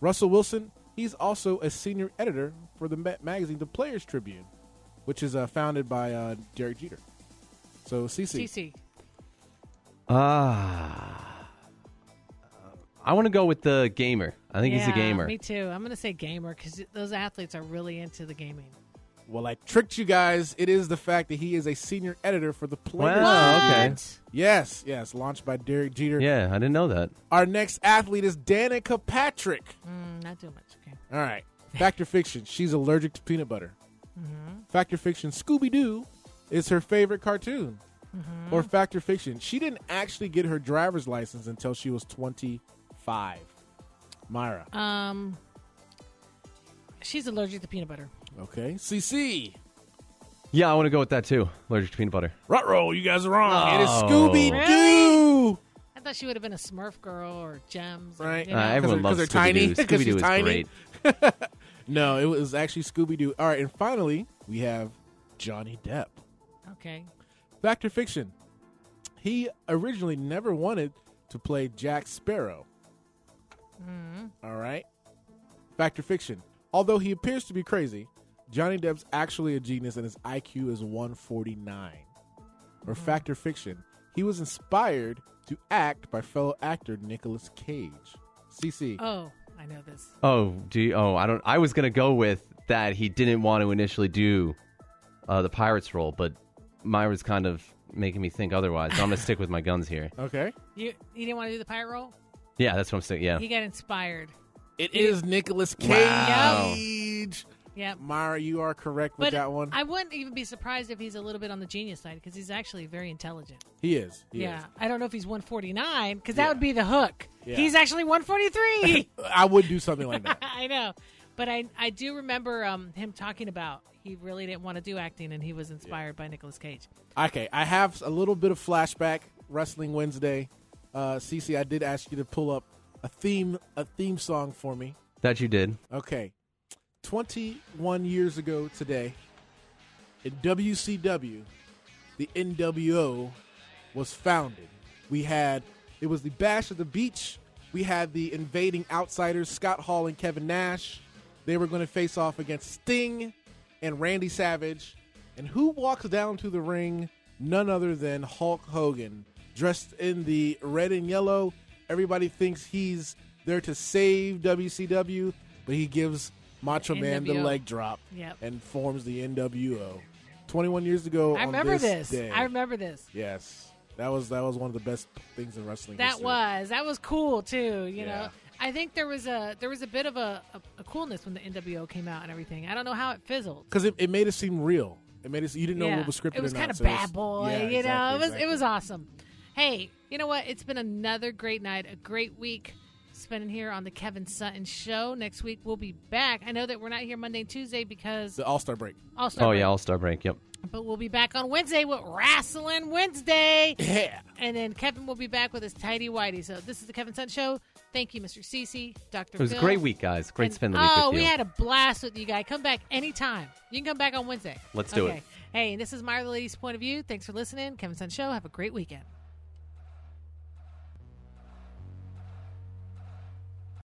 Speaker 5: Russell Wilson, he's also a senior editor for the ma- magazine The Players Tribune, which is uh, founded by uh, Derek Jeter. So, CC.
Speaker 4: CC.
Speaker 6: Ah, I want to go with the gamer. I think he's a
Speaker 4: Yeah,
Speaker 6: gamer.
Speaker 4: Me too. I'm gonna say gamer because those athletes are really into the gaming.
Speaker 5: Well, I tricked you guys. It is the fact that he is a senior editor for The Players.
Speaker 6: Wow,
Speaker 5: Tribune.
Speaker 6: okay.
Speaker 4: Mm,
Speaker 5: Yes, yes, launched by Derek Jeter.
Speaker 6: Yeah, I didn't know that.
Speaker 5: Our next athlete is Danica Patrick.
Speaker 4: Mm, not too much. Okay.
Speaker 5: All right. Fact or fiction? She's allergic to peanut butter. Fact or fiction? Scooby Doo is her favorite cartoon. Or fact or fiction? She didn't actually get her driver's license until she was 25. Myra.
Speaker 4: Um, she's allergic to peanut butter.
Speaker 5: Okay. CC.
Speaker 6: Yeah, I want to go with that too. Allergic to peanut butter.
Speaker 5: Rutrow, you guys are wrong. It is
Speaker 6: Oh.
Speaker 5: Scooby Doo.
Speaker 4: I thought she would have been a Smurf girl or gems. or,
Speaker 5: Right.
Speaker 4: you
Speaker 6: Uh,
Speaker 4: know.
Speaker 5: I-
Speaker 6: everyone
Speaker 5: they're-
Speaker 6: loves
Speaker 5: 'cause they're
Speaker 6: Scooby Doo. Scooby Doo
Speaker 5: tiny. [LAUGHS] 'Cause she's
Speaker 6: is
Speaker 5: tiny.
Speaker 6: great.
Speaker 5: No, it was actually Scooby Doo. All right. And finally, we have Johnny Depp.
Speaker 4: okay.
Speaker 5: Fact or fiction? He originally never wanted to play Jack Sparrow. All right. Fact or fiction? Although he appears to be crazy, Johnny Depp's actually a genius and his IQ is 149. Or fact or fiction? He was inspired to act by fellow actor Nicolas Cage. CC.
Speaker 4: Oh, I know this.
Speaker 6: Oh, do you, oh, I don't. I was gonna go with that. He didn't want to initially do uh, the pirates role, but Myra's kind of making me think otherwise.
Speaker 4: [LAUGHS]
Speaker 6: So I'm gonna stick with my guns here.
Speaker 5: Okay.
Speaker 4: You you didn't want to do the pirate role?
Speaker 6: Yeah, that's what I'm saying. Yeah,
Speaker 4: He got inspired.
Speaker 5: It is Nicolas
Speaker 6: Wow.
Speaker 5: Cage.
Speaker 4: Yeah.
Speaker 5: Myra, you are correct with
Speaker 4: But
Speaker 5: that one.
Speaker 4: I wouldn't even be surprised if he's a little bit on the genius side because he's actually very intelligent.
Speaker 5: he is. He
Speaker 4: Yeah.
Speaker 5: is.
Speaker 4: I don't know if he's 149 because that would be the hook.
Speaker 5: Yeah.
Speaker 4: He's actually
Speaker 5: [LAUGHS]
Speaker 4: 143.
Speaker 5: I would do something like that. [LAUGHS]
Speaker 4: I know. But I, I do remember um, him talking about he really didn't want to do acting and he was inspired by Nicolas Cage.
Speaker 5: Okay, I have a little bit of flashback. Wrestling Wednesday, uh, Cece, I did ask you to pull up a theme a theme song for me.
Speaker 6: that you did.
Speaker 5: Okay, twenty one years ago today, in WCW, the NWO was founded. We had it was the Bash at the Beach. We had the invading outsiders Scott Hall and Kevin Nash. They were going to face off against Sting and Randy Savage. And who walks down to the ring? None other than Hulk Hogan, dressed in the red and yellow. Everybody thinks he's there to save WCW, but he gives Macho Man the
Speaker 4: NWO.
Speaker 5: leg drop
Speaker 4: Yep.
Speaker 5: and forms the NWO. 21 years ago,
Speaker 4: I
Speaker 5: on
Speaker 4: remember
Speaker 5: this.
Speaker 4: this.
Speaker 5: day.
Speaker 4: I remember this.
Speaker 5: Yes, that was that was one of the best things in wrestling.
Speaker 4: That
Speaker 5: history.
Speaker 4: was that was cool too. You
Speaker 5: Yeah.
Speaker 4: know, I think there was a there was a bit of a, a, a coolness when the NWO came out and everything. I don't know how it fizzled.
Speaker 5: because it, it made it seem real. It made it. You didn't know
Speaker 4: Yeah.
Speaker 5: what was scripted.
Speaker 4: It was
Speaker 5: or
Speaker 4: kind
Speaker 5: not,
Speaker 4: of
Speaker 5: so it's-
Speaker 4: bad boy.
Speaker 5: Yeah,
Speaker 4: you know, it was
Speaker 5: exactly, exactly.
Speaker 4: it was awesome. Hey, you know what? It's been another great night, a great week spending here on the Kevin Sutton Show. Next week we'll be back. I know that we're not here Monday and Tuesday because
Speaker 5: the All Star break. [LAUGHS]
Speaker 4: All Star.
Speaker 6: Oh yeah, All Star break. Yep.
Speaker 4: But we'll be back on Wednesday with Wrestling Wednesday.
Speaker 5: Yeah.
Speaker 4: And then Kevin will be back with his tidy whitey. So this is the Kevin Sun Show. Thank you, Mr. Cece, Dr.
Speaker 6: It was a
Speaker 4: Bill.
Speaker 6: great week, guys. Great
Speaker 4: And-
Speaker 6: spend the week
Speaker 4: Oh,
Speaker 6: with you.
Speaker 4: we had a blast with you guys. Come back anytime. You can come back on Wednesday.
Speaker 6: Let's do it.
Speaker 4: Hey, this is Myra the Lady's Point of View. Thanks for listening. Kevin Sun Show. Have a great weekend.